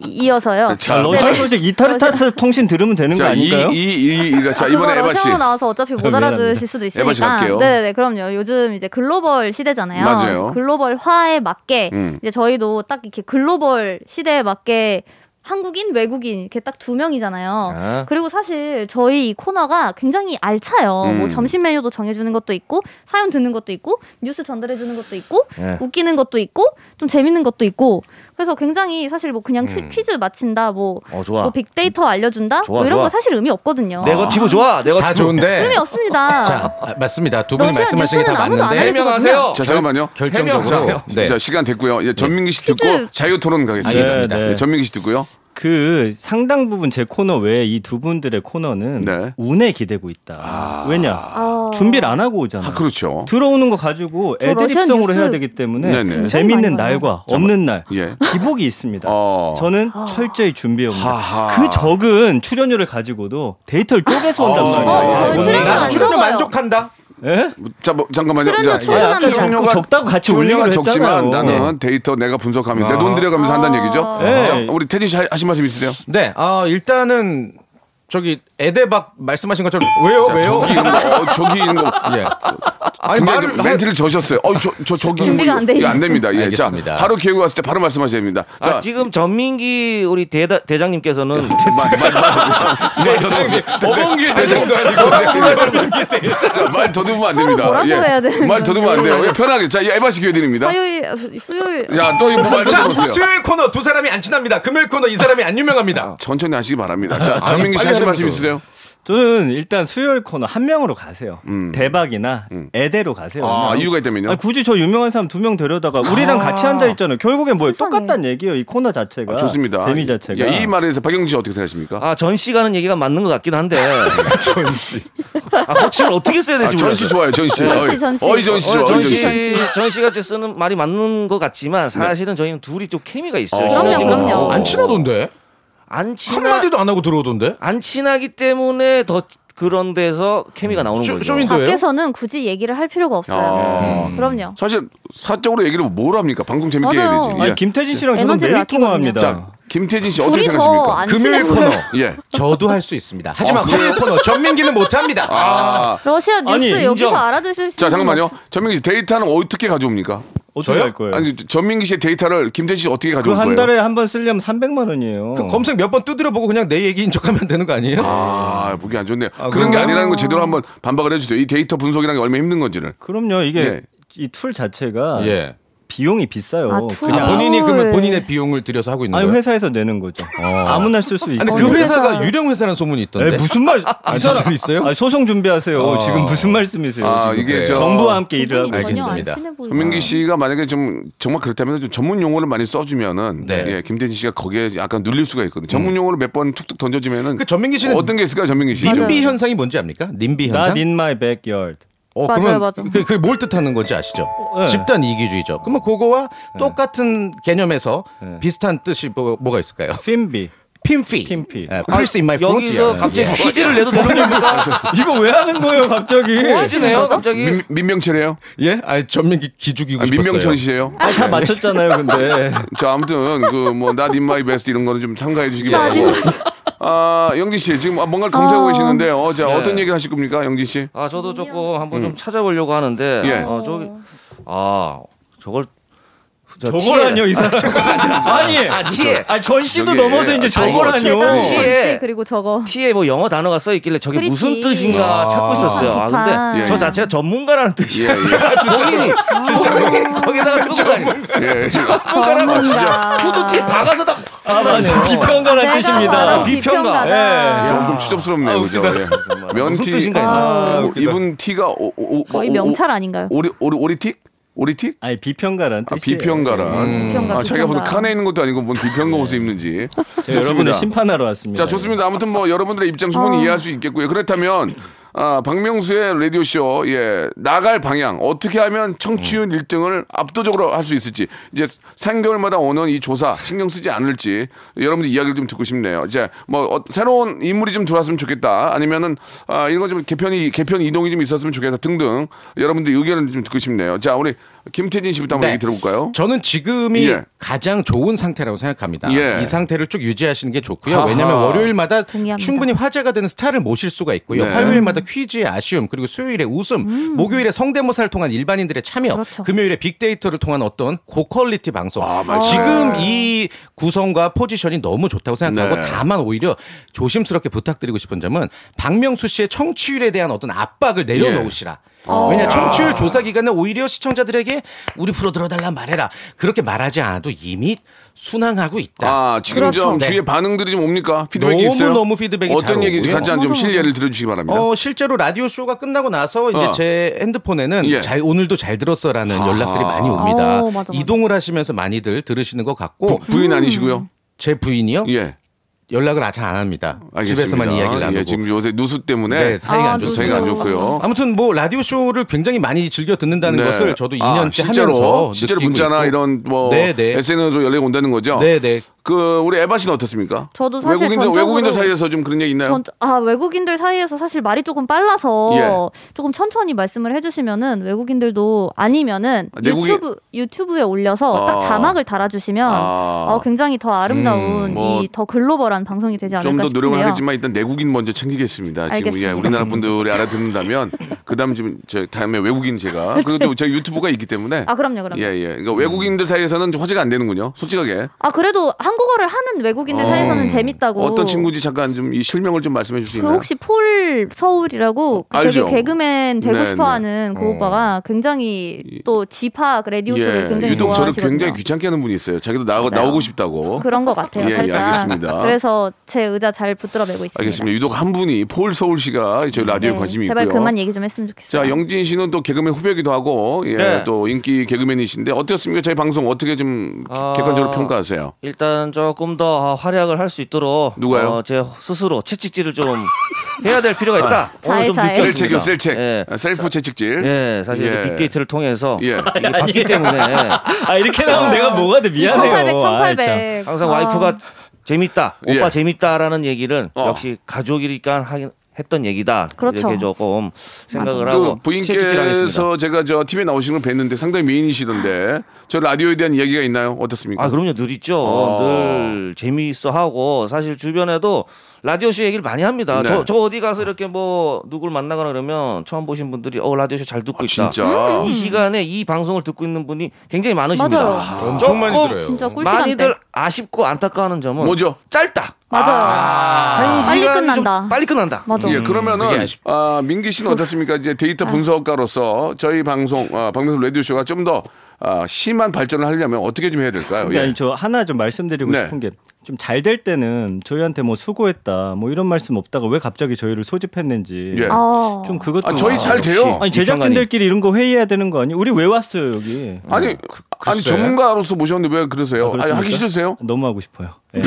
이, 이어서요. 자, 러시아 네네. 소식 이타르타스 통신 들으면 되는 거 자, 이, 아닌가요? 이, 이, 이, 자, 아, 이번에 그거 에바 씨. 러시아로 나와서 어차피 못 미안합니다. 알아들으실 수도 에바 씨 있으니까. 갈게요. 네네 그럼요. 요즘 이제 글로벌 시대잖아요. 맞아요. 글로벌화에 맞게 음. 이제 저희도 딱 이렇게 글로벌 시대에 맞게 한국인, 외국인 이렇게 딱 두 명이잖아요. 아. 그리고 사실 저희 이 코너가 굉장히 알차요. 음. 뭐 점심 메뉴도 정해주는 것도 있고 사연 듣는 것도 있고 뉴스 전달해주는 것도 있고 네. 웃기는 것도 있고 좀 재밌는 것도 있고 그래서 굉장히 사실 뭐 그냥 퀴- 음. 퀴즈 맞힌다 뭐, 어, 좋아. 뭐 빅데이터 알려준다 좋아, 뭐 이런 좋아. 거 사실 의미 없거든요. 네거티브 좋아. 네거티브. 다 어, 좋은데. 의미 어, 없습니다. 자, 아, 맞습니다. 두 분이 러시아 말씀하신 게 뉴스는 다 아무도 안 맞는데. 해명하세요. 자, 잠깐만요. 결- 결정적으로. 네. 자, 시간 됐고요. 이제 전민기 씨 듣고 퀴즈. 자유 토론 가겠습니다. 알겠습니다. 네, 전민기 씨 듣고요. 그 상당 부분 제 코너 외에 이 두 분들의 코너는 네. 운에 기대고 있다. 왜냐? 준비를 안 하고 오잖아요. 아. 그렇죠. 들어오는 거 가지고 저 러시안 애드립성으로 뉴스 해야 되기 때문에 네네. 재밌는 굉장히 많이 날과 봐요. 아. 없는 날 예. 어. 기복이 있습니다. 저는 철저히 준비해 옵니다. 하하. 그 적은 출연료를 가지고도 데이터를 쪼개서 온단 말이에요. 어, 출연료 안 적어요. 만족한다. 예? 자, 뭐, 잠깐만요. 출연료 자, 출연하면 아까 출연료가 자꾸 적다고 같이 출연료가 올리기로 적지만 했잖아요. 네. 아. 나는 데이터 내가 분석하면 내 돈 들여가면서 한다는 얘기죠. 네. 자, 우리 테디 씨 하- 하신 말씀 있으세요? 네, 아 일단은 저기 에데박 말씀하신 것처럼 왜요, 자, 왜요? 저기 있는 거, 어, 저기 있는 거. 예. 아니, 말을 말 멘트를 저셨어요. 어, 저, 저, 저기. 준비가 안 돼. 예, 안 됩니다. 예, 알겠습니다. 자, 바로 기회가 왔을 때 바로 말씀하셔야 됩니다. 자, 아, 지금 전민기 우리 대, 대장님께서는 말 더듬- 어벙길 대장도 아니고 자, 말 더듬으면 안 됩니다. 예. 뭐라고 해야 되는 말 더듬으면 안 건지. 돼요. 예, 편하게. 자, 이 에바 씨 기회 드립니다. 화요일, 수요일. 자, 또 이거 말씀 자, 들어보세요. 수요일 코너 두 사람이 안 친합니다. 금요일 코너 이 사람이 안 유명합니다. 천천히 하시기 바랍니다. 자, 전민기 씨 하실 말씀 있으세요? 저는 일단 수요일 코너 한 명으로 가세요. 대박이나 애대로 가세요. 음. 아, 그냥. 이유가 있다면요? 아니, 굳이 저 유명한 사람 두 명 데려다가 우리랑 아. 같이 앉아 있잖아요. 결국엔 뭐예요? 똑같다는 얘기예요. 이 코너 자체가. 아, 좋습니다. 재미 자체가. 야, 이 말에 대해서 박영진 씨 어떻게 생각하십니까? 아, 전 씨가 하는 얘기가 맞는 것 같긴 한데. 전 씨. 아, 호칭을 어떻게 써야 될지 아, 전 몰라요. 씨 좋아요, 전 씨. 전 씨, 어이, 전 씨. 어이, 전 씨, 어, 어이, 전 전 씨. 씨. 전 씨가 이제 쓰는 말이 맞는 것 같지만 사실은 저희는 둘이 좀 케미가 있어요. 어. 시너지가. 안 친하던데. 안 친하. 한마디도 안 하고 들어오던데. 안 친하기 때문에 더 그런 데서 케미가 나오는 쇼- 거죠. 밖에서는 굳이 얘기를 할 필요가 아, 없어요. 음. 그럼요. 사실 사적으로 얘기를 뭐로 합니까? 방송 재밌게 해야 맞아요. 되지. 예. 아니, 김태진 씨랑 저는 에너지를 매일 아끼거든요. 통화합니다. 자, 김태진 씨 둘이 어떻게 더 생각하십니까? 안 금요일 친한 코너. 분을- 예. 저도 할 수 있습니다. 어. 하지만 아, 그래요? 화요일 코너 전민기는 못 합니다. 아. 러시아 뉴스 여기서 알아두실 수 자, 있는 잠깐만요. 거 없- 전민기 씨 데이터는 어떻게 가져옵니까? 어떻게 저요? 할 거예요? 아니, 전민기 씨의 데이터를 김태진 씨 어떻게 그 가져올 한 거예요? 달에 한 번 쓰려면 300만 원이에요. 그 검색 몇 번 두드려 보고 그냥 내 얘기인 척하면 되는 거 아니에요? 아, 보기 안 좋네요. 그런 게 그런가요? 아니라는 거 제대로 한번 반박을 해주세요. 이 데이터 분석이라는 게 얼마나 힘든 건지를. 그럼요. 이게 예. 이 툴 자체가 예. 비용이 비싸요. 아, 툴. 아, 본인이 그러면 본인의 비용을 들여서 하고 있는 아니 거예요? 회사에서 내는 거죠. 어. 아무나 쓸 수 있어요. 근데 그 회사가 유령 회사라는 소문이 있던데. 에, 네, 무슨 [LAUGHS] 말? 아, 진짜 있어요? 아, 소송 준비하세요. 지금 무슨 말씀이세요? 아, 지금? 이게 저- 정부와 함께 일을 하고 알겠습니다. 전민기 씨가 만약에 좀 정말 그렇다면 좀 전문 용어를 많이 써주면은 예, 김태진 씨가 거기에 약간 눌릴 수가 있거든요. 전문 용어를 몇 번 툭툭 던져주면은 그 전민기 씨는 어떤 게 있을까요, 전민기 씨? 님비 현상이 뭔지 압니까? 님비 현상. Not in my backyard. 어, 맞아요, 그러면 맞아. 그, 그게 뭘 뜻하는 건지 아시죠? 예. 집단 이기주의죠. 그러면 그거와 똑같은 개념에서 비슷한 뜻이 뭐, 뭐가 있을까요? [LAUGHS] [LAUGHS] 핀비. 핀피. 핀피. 예, Please in my frontier. 아, 여기서 갑자기 예. 퀴즈를 내도 되는 겁니까? 이거 왜 하는 거예요, 갑자기? [LAUGHS] 퀴즈네요, 갑자기. 민, 명철이에요 예? 아니, 전민기 기죽이고 아, 싶었어요. 민명천 씨예요? 아, 다 맞췄잖아요, 근데. 저 아무튼 그뭐 not in my best 이런 거는 좀 참가해 주시기 바라고. 아, 영진 씨 지금 뭔가를 검색하고 아. 어. 계시는데요. 자, 네. 어떤 얘기를 하실 겁니까, 영진 씨? 아 저도 조금 한번 좀 찾아보려고 하는데 음. 예. 어, 저기 아 저걸 저 저걸 티에- 하뇨, 이 사람. 아니, 아 티에 아니, 전 씨도 여기에- 넘어서 이제 저걸 아니, 하뇨. 저걸 전 티에 씨, 그리고 저거 티에 뭐 영어 단어가 써 있길래 저게 그리티. 무슨 뜻인가 아. 찾고 있었어요. 아 근데 예, 저 예. 자체가 전문가라는 예, 뜻이에요. [LAUGHS] 진짜로. 본인이 아. 진짜 거기다가 쓰고 다니. 예. 전문가라는 진짜. 진짜 후드티 박아서 다. 아, 맞아. 비평가란 내가 뜻입니다. 바로 비평가다. 예. 조금 추접스럽네요, 그죠? 예. 면티. 아, 무슨 뜻인가 아, 했나? 오, 입은 티가 오, 오, 오, 거의 오, 오, 명찰 아닌가요? 오리 오리 오리틱? 오리틱? 아니 비평가란 아, 비평가란. 음. 비평가, 아, 자기가 무슨 비평가. 칸에 있는 것도 아니고 뭔 비평가 옷을 입는지. 제가 여러분을 심판하러 왔습니다. 자, 좋습니다. 아무튼 뭐 여러분들의 입장 충분히 이해할 수 있겠고요. 그렇다면 아, 박명수의 라디오 쇼 예, 나갈 방향 어떻게 하면 음. 청취율 1등을 압도적으로 할 수 있을지 이제 3개월마다 오는 이 조사 신경 쓰지 않을지 여러분들 이야기를 좀 듣고 싶네요. 이제 뭐 어, 새로운 인물이 좀 들어왔으면 좋겠다. 아니면은 아, 이런 건 좀 개편이 개편 이동이 좀 있었으면 좋겠다 등등 여러분들 의견을 좀 듣고 싶네요. 자, 우리 김태진 씨부터 한번 네. 얘기 들어볼까요? 저는 지금이 그렇죠. 예. 가장 좋은 상태라고 생각합니다. 예. 이 상태를 쭉 유지하시는 게 좋고요. 하하. 왜냐하면 월요일마다 동의합니다. 충분히 화제가 되는 스타를 모실 수가 있고요. 네. 화요일마다 퀴즈의 아쉬움 그리고 수요일의 웃음 목요일에 성대모사를 통한 일반인들의 참여 그렇죠. 금요일에 빅데이터를 통한 어떤 고퀄리티 방송 지금 이 구성과 포지션이 너무 좋다고 생각하고 네. 다만 오히려 조심스럽게 부탁드리고 싶은 점은 박명수 씨의 청취율에 대한 어떤 압박을 내려놓으시라. 예. 어. 왜냐 청취율 아. 조사 기간은 오히려 시청자들에게 우리 프로 들어달라 말해라 그렇게 말하지 않아도 이미 순항하고 있다. 아, 지금 그렇죠. 좀 네. 주위의 반응들이 좀 옵니까? 피드백이 너무 있어요? 너무 피드백이 어떤 잘 얘기인지 오고요. 같이 한좀 실례를 들어주시기 바랍니다. 어, 실제로 라디오 쇼가 끝나고 나서 이제 어. 제 핸드폰에는 예. 잘 오늘도 잘 들었어라는 아하. 연락들이 많이 옵니다. 어, 맞아, 맞아. 이동을 하시면서 많이들 들으시는 것 같고 부- 부인 아니시고요? 제 부인이요? 예. 연락을 아, 잘 안 합니다. 알겠습니다. 집에서만 이야기를 나누고. 예, 지금 요새 누수 때문에 네, 사이가 아, 안 좋습니다. 사이가 안 좋고요. 아무튼 뭐 라디오 쇼를 굉장히 많이 즐겨 듣는다는 네. 것을 저도 아, 2년째 실제로, 하면서 실제로 느끼고 문자나 있고. 이런 뭐 네, 네. SNS로 연락이 온다는 거죠. 네, 네. 그 우리 에바 씨는 어떻습니까? 저도 사실 외국인들 전적으로- 외국인들 사이에서 좀 그런 얘기 있나요? 전, 아 외국인들 사이에서 사실 말이 조금 빨라서 예. 조금 천천히 말씀을 해주시면은 외국인들도 아니면은 아, 내국인- 유튜브 유튜브에 아. 올려서 딱 자막을 달아주시면 아. 어, 굉장히 더 아름다운 음, 뭐 이 더 글로벌한 방송이 되지 않을까 좀 더 노력을 싶네요. 하겠지만 일단 내국인 먼저 챙기겠습니다. 지금 예, 알겠습니다. 우리나라 분들이 알아듣는다면 그다음 지금 저 다음에 외국인 제가 그리고 또 제가 유튜브가 있기 때문에 아, 그럼요, 그럼요. 예, 예. 그러니까 외국인들 사이에서는 화제가 안 되는군요. 솔직하게. 아 그래도 한국어를 하는 외국인들 어. 사이에서는 재밌다고. 어떤 친구인지 잠깐 좀 이 실명을 좀 말씀해 주실 수 그 있나요? 어, 혹시 폴 서울이라고 그 알죠. 되게 개그맨 되고 네, 싶어하는 그 네. 오빠가 굉장히 또 지팍 라디오 쇼를 굉장히 예, 유독 저를 좋아하시거든요. 굉장히 귀찮게 하는 분이 있어요. 자기도 나오고, 나오고 싶다고. 그런 것 같아요. 예, 예, 살짝. 알겠습니다. 그래서 제 의자 잘 붙들어 매고 있습니다. 알겠습니다. 유독 한 분이 폴 서울 씨가 저희 라디오에 네, 관심이 제발 있고요. 그만 얘기 좀 했으면 좋겠어요. 자, 영진 씨는 또 개그맨 후배기도 하고, 예, 네. 또 인기 개그맨이신데 어떻습니까? 저희 방송 어떻게 좀 아, 객관적으로 평가하세요? 일단 조금 더 아, 활약을 할 수 있도록 누가요? 어, 제 스스로 채찍질을 좀 해야 될 필요가 아, 있다. 오늘 네. 좀 자해, 자해. 셀책이요, 느꼈습니다. 셀책. 예. 아, 셀프 채찍질. 예, 사실 예. 이제 빅데이터를 통해서 예. 이게 봤기 때문에 아 이렇게 나오면 내가 뭐가 돼 미안해요. 1800, 아, 참. 1800. 항상 아, 아. 와이프가 재밌다, 예. 오빠 재밌다라는 얘기를 어. 역시 가족이니까 하긴 했던 얘기다. 그렇죠. 이렇게 조금 생각을 그 하고 채찍질을 하겠습니다. 부인께서 제가 저 TV에 나오시는 걸 뵀는데 상당히 메인이시던데 저 라디오에 대한 이야기가 있나요? 어떻습니까? 아 그럼요 늘 있죠 어. 늘 재미있어 하고 사실 주변에도 라디오쇼 얘기를 많이 합니다 네. 저, 저 어디 가서 이렇게 뭐 누굴 만나거나 그러면 처음 보신 분들이 어 라디오쇼 잘 듣고 있다 아, 진짜? 이 시간에 이 방송을 듣고 있는 분이 굉장히 많으십니다 맞아요. 아, 엄청 많이 조금 들어요. 진짜 꿀시간대. 많이들 아쉽고 안타까워하는 점은 뭐죠? 짧다 맞아요. 한 빨리 시간이 좀 끝난다. 빨리 끝난다 맞아. 예, 그러면은 아, 민기 씨는 어떻습니까? 이제 데이터 분석가로서 저희 방송 아, 박명수 라디오 쇼가 좀 더 아, 심한 발전을 하려면 어떻게 좀 해야 될까요? 근데 예. 아니, 저 하나 좀 말씀드리고 네. 싶은 게 좀 잘 될 때는 저희한테 뭐 수고했다 뭐 이런 말씀 없다가 왜 갑자기 저희를 소집했는지 예. 아. 좀 그것도 아, 저희 잘 돼요. 아니 제작진들끼리 이런 거 회의해야 되는 거 아니에요? 우리 왜 왔어요 여기? 아니, 아니 전문가로서 모셨는데 왜 그러세요? 아니, 아, 하기 싫으세요? 너무 하고 싶어요. 예.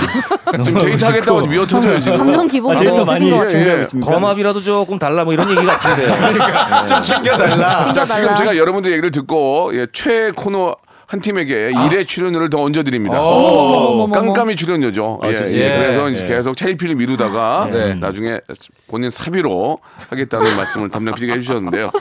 지금 데이트 하겠다고 미어 터져요 [LAUGHS] 지금. 감정 기복이 아, 데이터 너무 많이 것 같아요. 준비하고 있습니까? 검압이라도 조금 달라 뭐 이런 얘기 같은데 좀 챙겨달라. 자, 지금 챙겨달라. 제가 여러분들 얘기를 듣고 예, 최 코너 한 팀에게 일회 출연료를 더 얹어드립니다. 어머머머머머. 깜깜이 출연료죠. 아, 예, 좋습니다. 예, 그래서 예, 이제 예. 계속 차일피를 미루다가 네. 나중에 본인 사비로 하겠다는 말씀을 담당 PD가 해주셨는데요.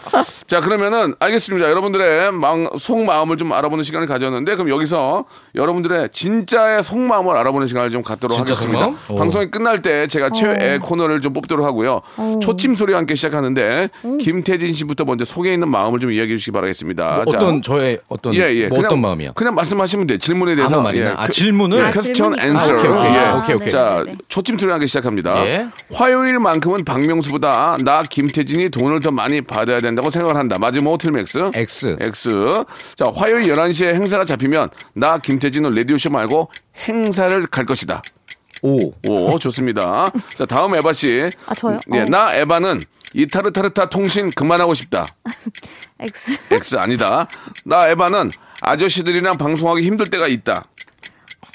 자, 그러면은 알겠습니다. 여러분들의 마음, 속마음을 좀 알아보는 시간을 가졌는데 그럼 여기서 여러분들의 진짜의 속마음을 알아보는 시간을 좀 갖도록 진짜 하겠습니다. 속마음? 오. 방송이 끝날 때 제가 어. 최애 코너를 좀 뽑도록 하고요. 오. 초침 소리와 함께 시작하는데 음. 김태진 씨부터 먼저 속에 있는 마음을 좀 이야기해 주시기 바라겠습니다. 뭐 어떤 저의 어떤 뭐 어떤 마음이요? 예, 그냥 말씀하시면 돼요. 질문에 대해서 아무 말이나? 아, 그- 질문을? 예, 아, 퀘스천 질문이- 아, 앤서. 오케이, 오케이. 예. 아, 오케이, 오케이. 자, 초침 소리 함께 시작합니다. 예. 화요일만큼은 박명수보다 나 김태진이 돈을 더 많이 받아야 된다고 생각을 한다. 마지막 호텔 맥스. X. X. 자, 화요일 11시에 행사가 잡히면 나 김태진은 라디오쇼 말고 행사를 갈 것이다. 오. 오, 좋습니다. 자, 다음 에바 씨. 아, 저요? 예, 어. 나 에바는 이타르타르타 통신 그만하고 싶다. X. X 아니다. 나 에바는 아저씨들이랑 방송하기 힘들 때가 있다.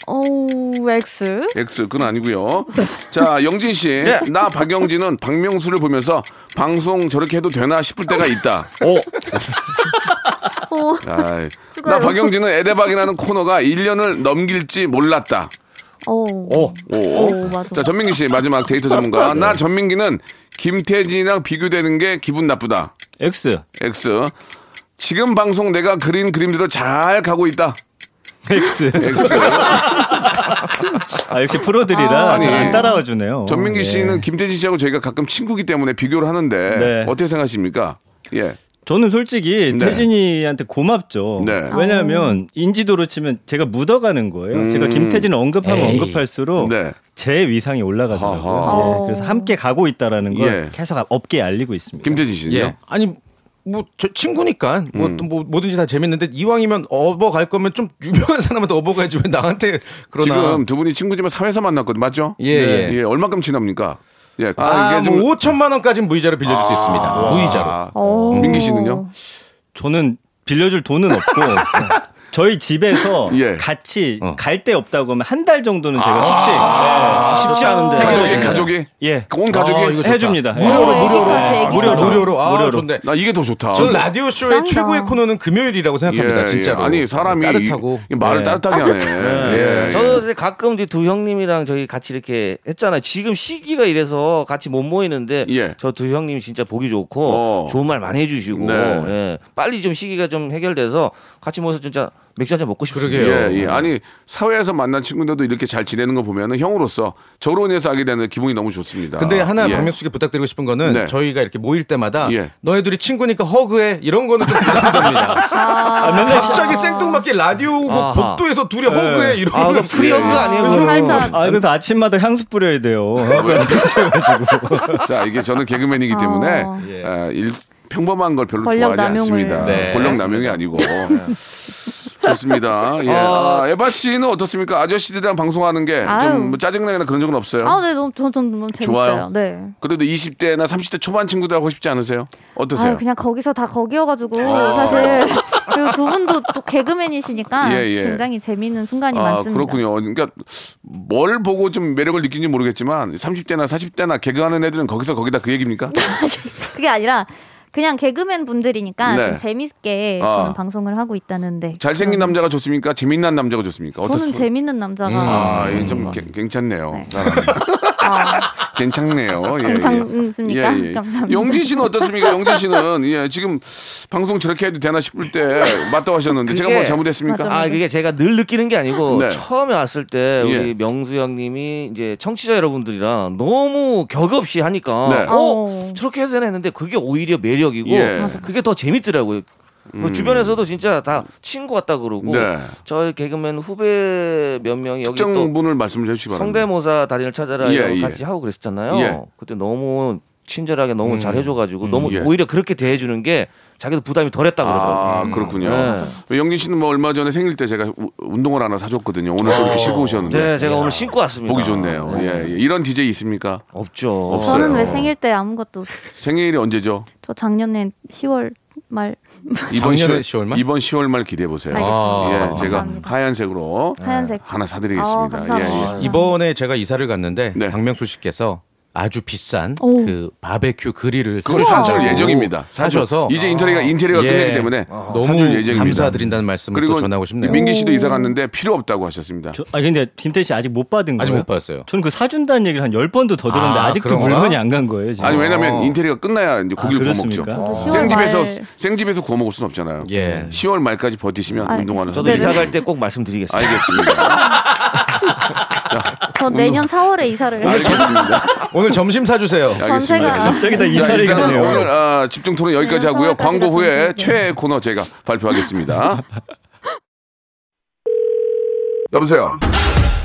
어우 X. X 그건 아니고요. 자 영진 씨, 예. 나 박영진은 박명수를 보면서 방송 저렇게 해도 되나 싶을 때가 있다. 오. 오. 아이. 나 그거요. 박영진은 에데박이라는 코너가 1년을 넘길지 몰랐다. 오. 어? 오. 오, 어, 맞아. 어? 자 전민기 씨 마지막 데이터 전문가. 나 전민기는 김태진이랑 비교되는 게 기분 나쁘다. [LAUGHS] X. 예. X. 지금 방송 내가 그린 그림대로 잘 가고 있다. X. X. 아, 역시 프로들이라 아니, 잘안 따라와 주네요. 전민기 예. 씨는 김태진 씨하고 저희가 가끔 친구기 때문에 비교를 하는데 네. 어떻게 생각하십니까? 예. 저는 솔직히 네. 태진이한테 고맙죠. 네. 왜냐하면 인지도로 치면 제가 묻어가는 거예요. 음. 제가 김태진을 언급하면 에이. 언급할수록 제 위상이 올라가더라고요. 네. 아하. 예, 그래서 함께 가고 있다라는 걸 예. 계속 업계에 알리고 있습니다. 김태진 예. 아니 뭐 저 친구니까 뭐, 음. 또 뭐, 뭐든지 다 재밌는데 이왕이면 업어갈 거면 좀 유명한 [LAUGHS] 사람한테 업어가야지 왜 나한테 그러나 지금 두 분이 친구지만 사회에서 만났거든 맞죠? 네. 예, 예. 얼마큼 친합니까? 예. 아, 이게 뭐 5천만 원까지는 무이자로 빌려줄 수 있습니다. 아. 무이자로. 어. 오. 민기 씨는요? 저는 빌려줄 [LAUGHS] 돈은 없고 저희 집에서 예. 같이 갈 데 없다고 하면 한 달 정도는 제가 숙식 어. 아, 쉽지 않은데. 가족이, 가족이? 예. 온 가족이? 아, 이거 좋다. 어, 해줍니다. 어, 무료로, 예. 무료로. 애기까지, 애기까지. 무료로, 무료로. 아, 무료로. 좋네. 나 이게 더 좋다. 저는 라디오 쇼의 최고의 코너는 금요일이라고 생각합니다. 아, 예, 예. 진짜로. 뭐 아니, 사람이 따뜻하고 예. 이- 이 말을 따뜻하게 하네. 따뜻하게. 예, 예. 저도 이제 가끔 이제 두 형님이랑 저희 같이 이렇게 했잖아요. 지금 시기가 이래서 같이 못 모이는데 저 두 형님 이 진짜 보기 좋고 좋은 말 많이 해주시고 네. 예. 빨리 좀 시기가 좀 해결돼서 같이 모여서 진짜 맥주 한잔 먹고 싶어요. 예, 예. 아니 사회에서 만난 친구들도 이렇게 잘 지내는 거 보면은 형으로서 저로 인해서 알게 되는 기분이 너무 좋습니다. 근데 하나 예. 박명수께 부탁드리고 싶은 거는 네. 저희가 이렇게 모일 때마다 예. 너희들이 친구니까 허그해 이런 거는 좀 부담됩니다. 아, 맨날 아. 갑자기 생뚱맞게 라디오 뭐 아하. 복도에서 둘이 허그해 이런 아, 거 그거 프리허그 아니에요, 아, 그래서 아침마다 향수 [LAUGHS] 뿌려야 돼요. 자 이게 저는 개그맨이기 때문에 아, 일- 평범한 걸 별로 어. 권력 좋아하지 남용을. 않습니다. 네. 권력 남용이 아니고 네. 좋습니다. 예. 아. 아, 에바 씨는 어떻습니까? 아저씨들이랑 방송하는 게 아유. 좀뭐 짜증나거나 그런 적은 없어요. 아, 네, 너무 전, 전 너무 재밌어요. 좋아요? 네. 그래도 20대나 30대 초반 친구들하고 싶지 않으세요? 어떠세요? 아유, 그냥 거기서 다 거기여가지고 아. 사실 그리고 두 분도 또 개그맨이시니까 예, 예. 굉장히 재미있는 순간이 많습니다. [LAUGHS] 그렇군요. 그러니까 뭘 보고 좀 매력을 느낀지 모르겠지만 30대나 40대나 개그하는 애들은 거기서 거기다 그 얘기입니까? 네. 그게 아니라 그냥 개그맨 분들이니까 네. 좀 재밌게 아. 저는 방송을 하고 있다는데 음. 잘생긴 남자가 좋습니까? 재밌는 남자가 좋습니까? 저는 어떻습니까? 재밌는 남자가 아, 이게 좀 괜- 괜찮네요. 아. 아, [LAUGHS] 괜찮네요. 예, 예. 괜찮습니까? 감사합니다. 용진 씨는 어떻습니까? 용진 씨는 예, 지금 방송 저렇게 해도 되나 싶을 때 맞다고 하셨는데 제가 뭐 잘못했습니까? 아 그게 제가 늘 느끼는 게 아니고 네. 처음에 왔을 때 우리 예. 명수 형님이 이제 청취자 여러분들이랑 너무 격 없이 하니까 네. 어 저렇게 해서 되나 했는데 그게 오히려 매력이고 예. 맞아. 그게 더 재밌더라고요. 뭐 음. 주변에서도 진짜 다 친구 같다 그러고 네. 저희 개그맨 후배 몇 명이 여기 특정 뭐, 또 분을 말씀 해 주시기 바랍니다. 성대모사 달인을 찾아라 예, 이런 예. 거 같이 하고 그랬었잖아요. 예. 그때 너무 친절하게 너무 음. 잘 해줘가지고 음, 너무 예. 오히려 그렇게 대해주는 게 자기도 부담이 덜했다 그러더라고요. 네. 아, 그렇군요. 영진 씨는 뭐 얼마 전에 생일 때 제가 우- 운동을 하나 사줬거든요. 오늘 또 이렇게 어. 신고 오셨는데. 예. 네, 제가 오늘 신고 왔습니다. 보기 좋네요. 네. 예, 예. 이런 DJ 있습니까? 없죠. 없어요. 저는 왜 생일 때 아무것도 생일이 언제죠? 저 작년에 10월 말 이번 작년에 10월, 10월 말? 이번 10월 말 기대해 보세요. 알겠습니다. 예, 제가 감사합니다. 하얀색으로 하얀색. 하나 사드리겠습니다. 어, 감사합니다. 예, 예. 음. 이번에 제가 이사를 갔는데 네. 박명수 씨께서 아주 비싼 그 바베큐 그릴을 그걸 사주셨다고 사줄 예정입니다. 사줄. 사셔서 예. 아. 이제 인테리어가- 인테리어가 끝나기 때문에 너무 사줄 예정입니다. 감사드린다는 말씀을 그리고 또 전하고 싶네요. 민기 씨도 이사 갔는데 필요 없다고 하셨습니다. 아 근데 김태 씨 아직 못 받은 거예요? 아직 못 받았어요. 저는 그 사준다는 얘기를 한 10번도 더 들었는데 아, 아, 직도 그런 거야? 물건이 안 간 거예요, 지금. 아니 왜냐면 인테리어가 끝나야 이제 고기를 구워 먹죠. 그렇습니까? 저도 10월 생집에서 말- 생집에서 구워 먹을 순 없잖아요. 10월 말까지 버티시면 아, 운동하는 네, 저도 이사 갈 때 꼭 말씀드리겠습니다. 알겠습니다. 저 음. 내년 4월에 이사를 아, 알겠습니다. 오늘 점심 사주세요. 전세가- 갑자기 다 이사를 자, 일단은 가네요. 오늘 아, 집중 토론 여기까지 하고요. 광고 후에 최애 코너 제가 발표하겠습니다. 여보세요.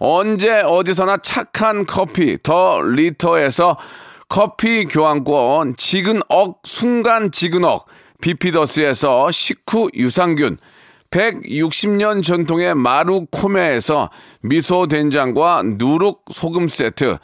언제 어디서나 착한 커피 더 리터에서 커피 교환권, 지근억 순간 지근억, 비피더스에서 식후 유산균, 160년 전통의 마루코메에서 미소 된장과 누룩 소금 세트,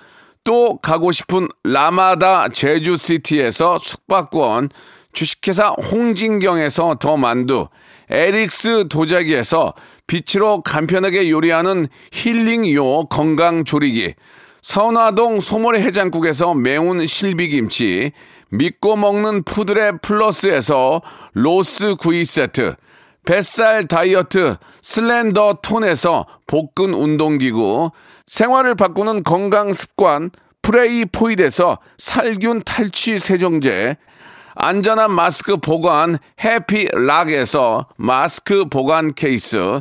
또 가고 싶은 라마다 제주시티에서 숙박권, 주식회사 홍진경에서 더 만두, 에릭스 도자기에서 빛으로 간편하게 요리하는 힐링요 건강조리기, 선화동 소머리 해장국에서 매운 실비김치, 믿고 먹는 푸드의 플러스에서 로스 구이 세트, 뱃살 다이어트 슬렌더 톤에서 복근 운동기구, 생활을 바꾸는 건강 습관 프레이 포이드에서 살균 탈취 세정제, 안전한 마스크 보관 해피락에서 마스크 보관 케이스,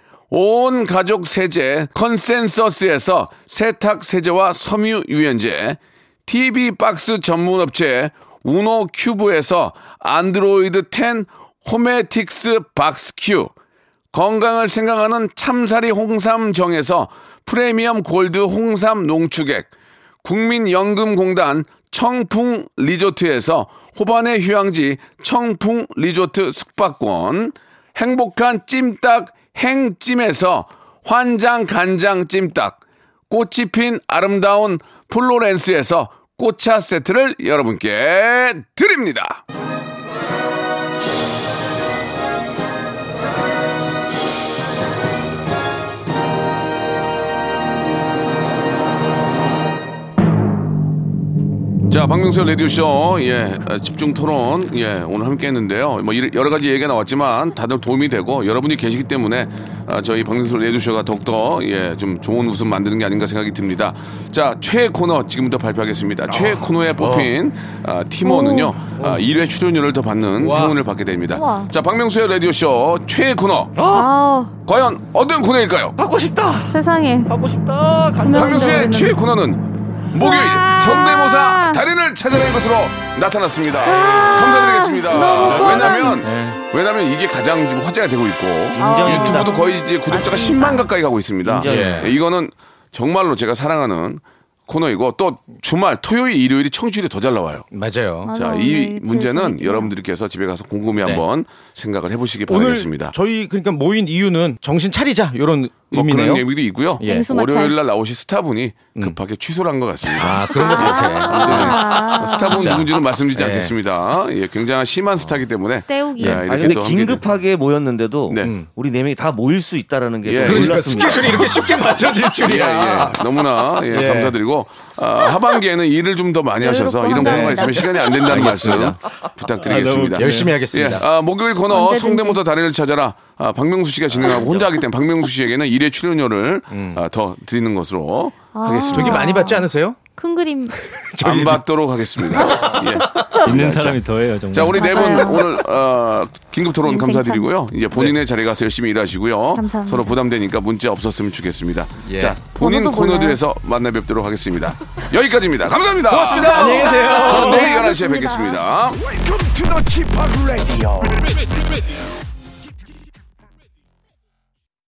온 가족 세제 컨센서스에서 세탁 세제와 섬유 유연제, TV 박스 전문 업체 우노 큐브에서 안드로이드 10 호메틱스 박스큐 건강을 생각하는 참사리 홍삼정에서 프리미엄 골드 홍삼 농축액 국민연금공단 청풍 리조트에서 호반의 휴양지 청풍 리조트 숙박권 행복한 찜닭 행찜에서 환장 간장 찜닭 꽃이 핀 아름다운 플로렌스에서 꽃차 세트를 여러분께 드립니다. 자, 박명수의 라디오쇼, 예, 어, 집중 토론, 예, 오늘 함께 했는데요. 뭐, 이래- 여러 가지 얘기가 나왔지만 다들 도움이 되고 여러분이 계시기 때문에 아, 저희 박명수 라디오쇼가 더욱더, 예, 좀 좋은 웃음 만드는 게 아닌가 생각이 듭니다. 자, 최애 코너 지금부터 발표하겠습니다. 최애 코너에 뽑힌 아, 팀원은요, 아, 1회 출연료를 더 받는 행운을 받게 됩니다. 우와. 자, 박명수의 라디오쇼 최애 코너. 아 과연 어떤 코너일까요? 받고 싶다. 세상에. 받고 싶다. 박명수의 최애 코너는 목요일 성대모사 달인을 찾아낸 것으로 나타났습니다. 감사드리겠습니다. 너무 왜냐면 왜냐면 이게 가장 지금 화제가 되고 있고 네. 인정입니다. 유튜브도 거의 이제 구독자가 10만 가까이 가고 있습니다. 인정입니다. 예, 이거는 정말로 제가 사랑하는 코너이고 또 주말 토요일 일요일이 청취율이 더 잘 나와요. 맞아요. 자, 맞아요. 네, 이 문제는 여러분들께서 집에 가서 네. 곰곰이 한번 생각을 해보시기 바라겠습니다. 저희 그러니까 모인 이유는 정신 차리자 이런 뭐 의미네요. 그런 얘기도 있고요. 예. 냉수마찰. 월요일 날 나오신 스타분이 음. 급하게 취소를 한 것 같습니다. 아, 그런 것 같아요. 네, 아, 뭐 스타분 진짜. 누군지는 말씀드리지 예. 않겠습니다. 예, 굉장히 심한 스타기 때문에 때우기. 예, 아니 이렇게 근데 또 함께 긴급하게 모였는데도 음, 우리 네 명이 다 모일 수 있다라는 게 예. 좀 그러니까 놀랐습니다. 스케줄이 이렇게 쉽게 [LAUGHS] 맞춰질 줄이야. 예, 예. 너무나 예, 예. 감사드리고 아, 하반기에는 일을 좀 더 많이 하셔서 여유롭고 이런 코너가 한가하다. 있으면 시간이 안 된다는 말씀 알겠습니다. 아, 부탁드리겠습니다. 너무 열심히 하겠습니다. 예, 아, 목요일 코너 언제든지. 성대모사 다리를 찾아라. 아, 박명수 씨가 진행하고 혼자 하기 때문에 박명수 씨에게는 일회 출연료를 음. 아, 더 드리는 것으로 아. 하겠습니다. 되게 많이 받지 않으세요? 큰 그림. [LAUGHS] 안 받도록 하겠습니다. 예. 있는 자, 사람이 더해요 정말. 자, 우리 네 분 맞아요. 오늘 어, 긴급 토론 인생 감사드리고요. 네. 이제 본인의 자리 가서 열심히 일하시고요. 감사합니다. 서로 부담되니까 문제 없었으면 좋겠습니다. 예. 자, 본인 저도 몰라요. 코너들에서 만나 뵙도록 하겠습니다. 여기까지입니다. 감사합니다. 고맙습니다. 안녕히 계세요. 네, 저는 내일 11시에 고생하셨습니다. 뵙겠습니다. Welcome to the Chipak Radio. ready, ready.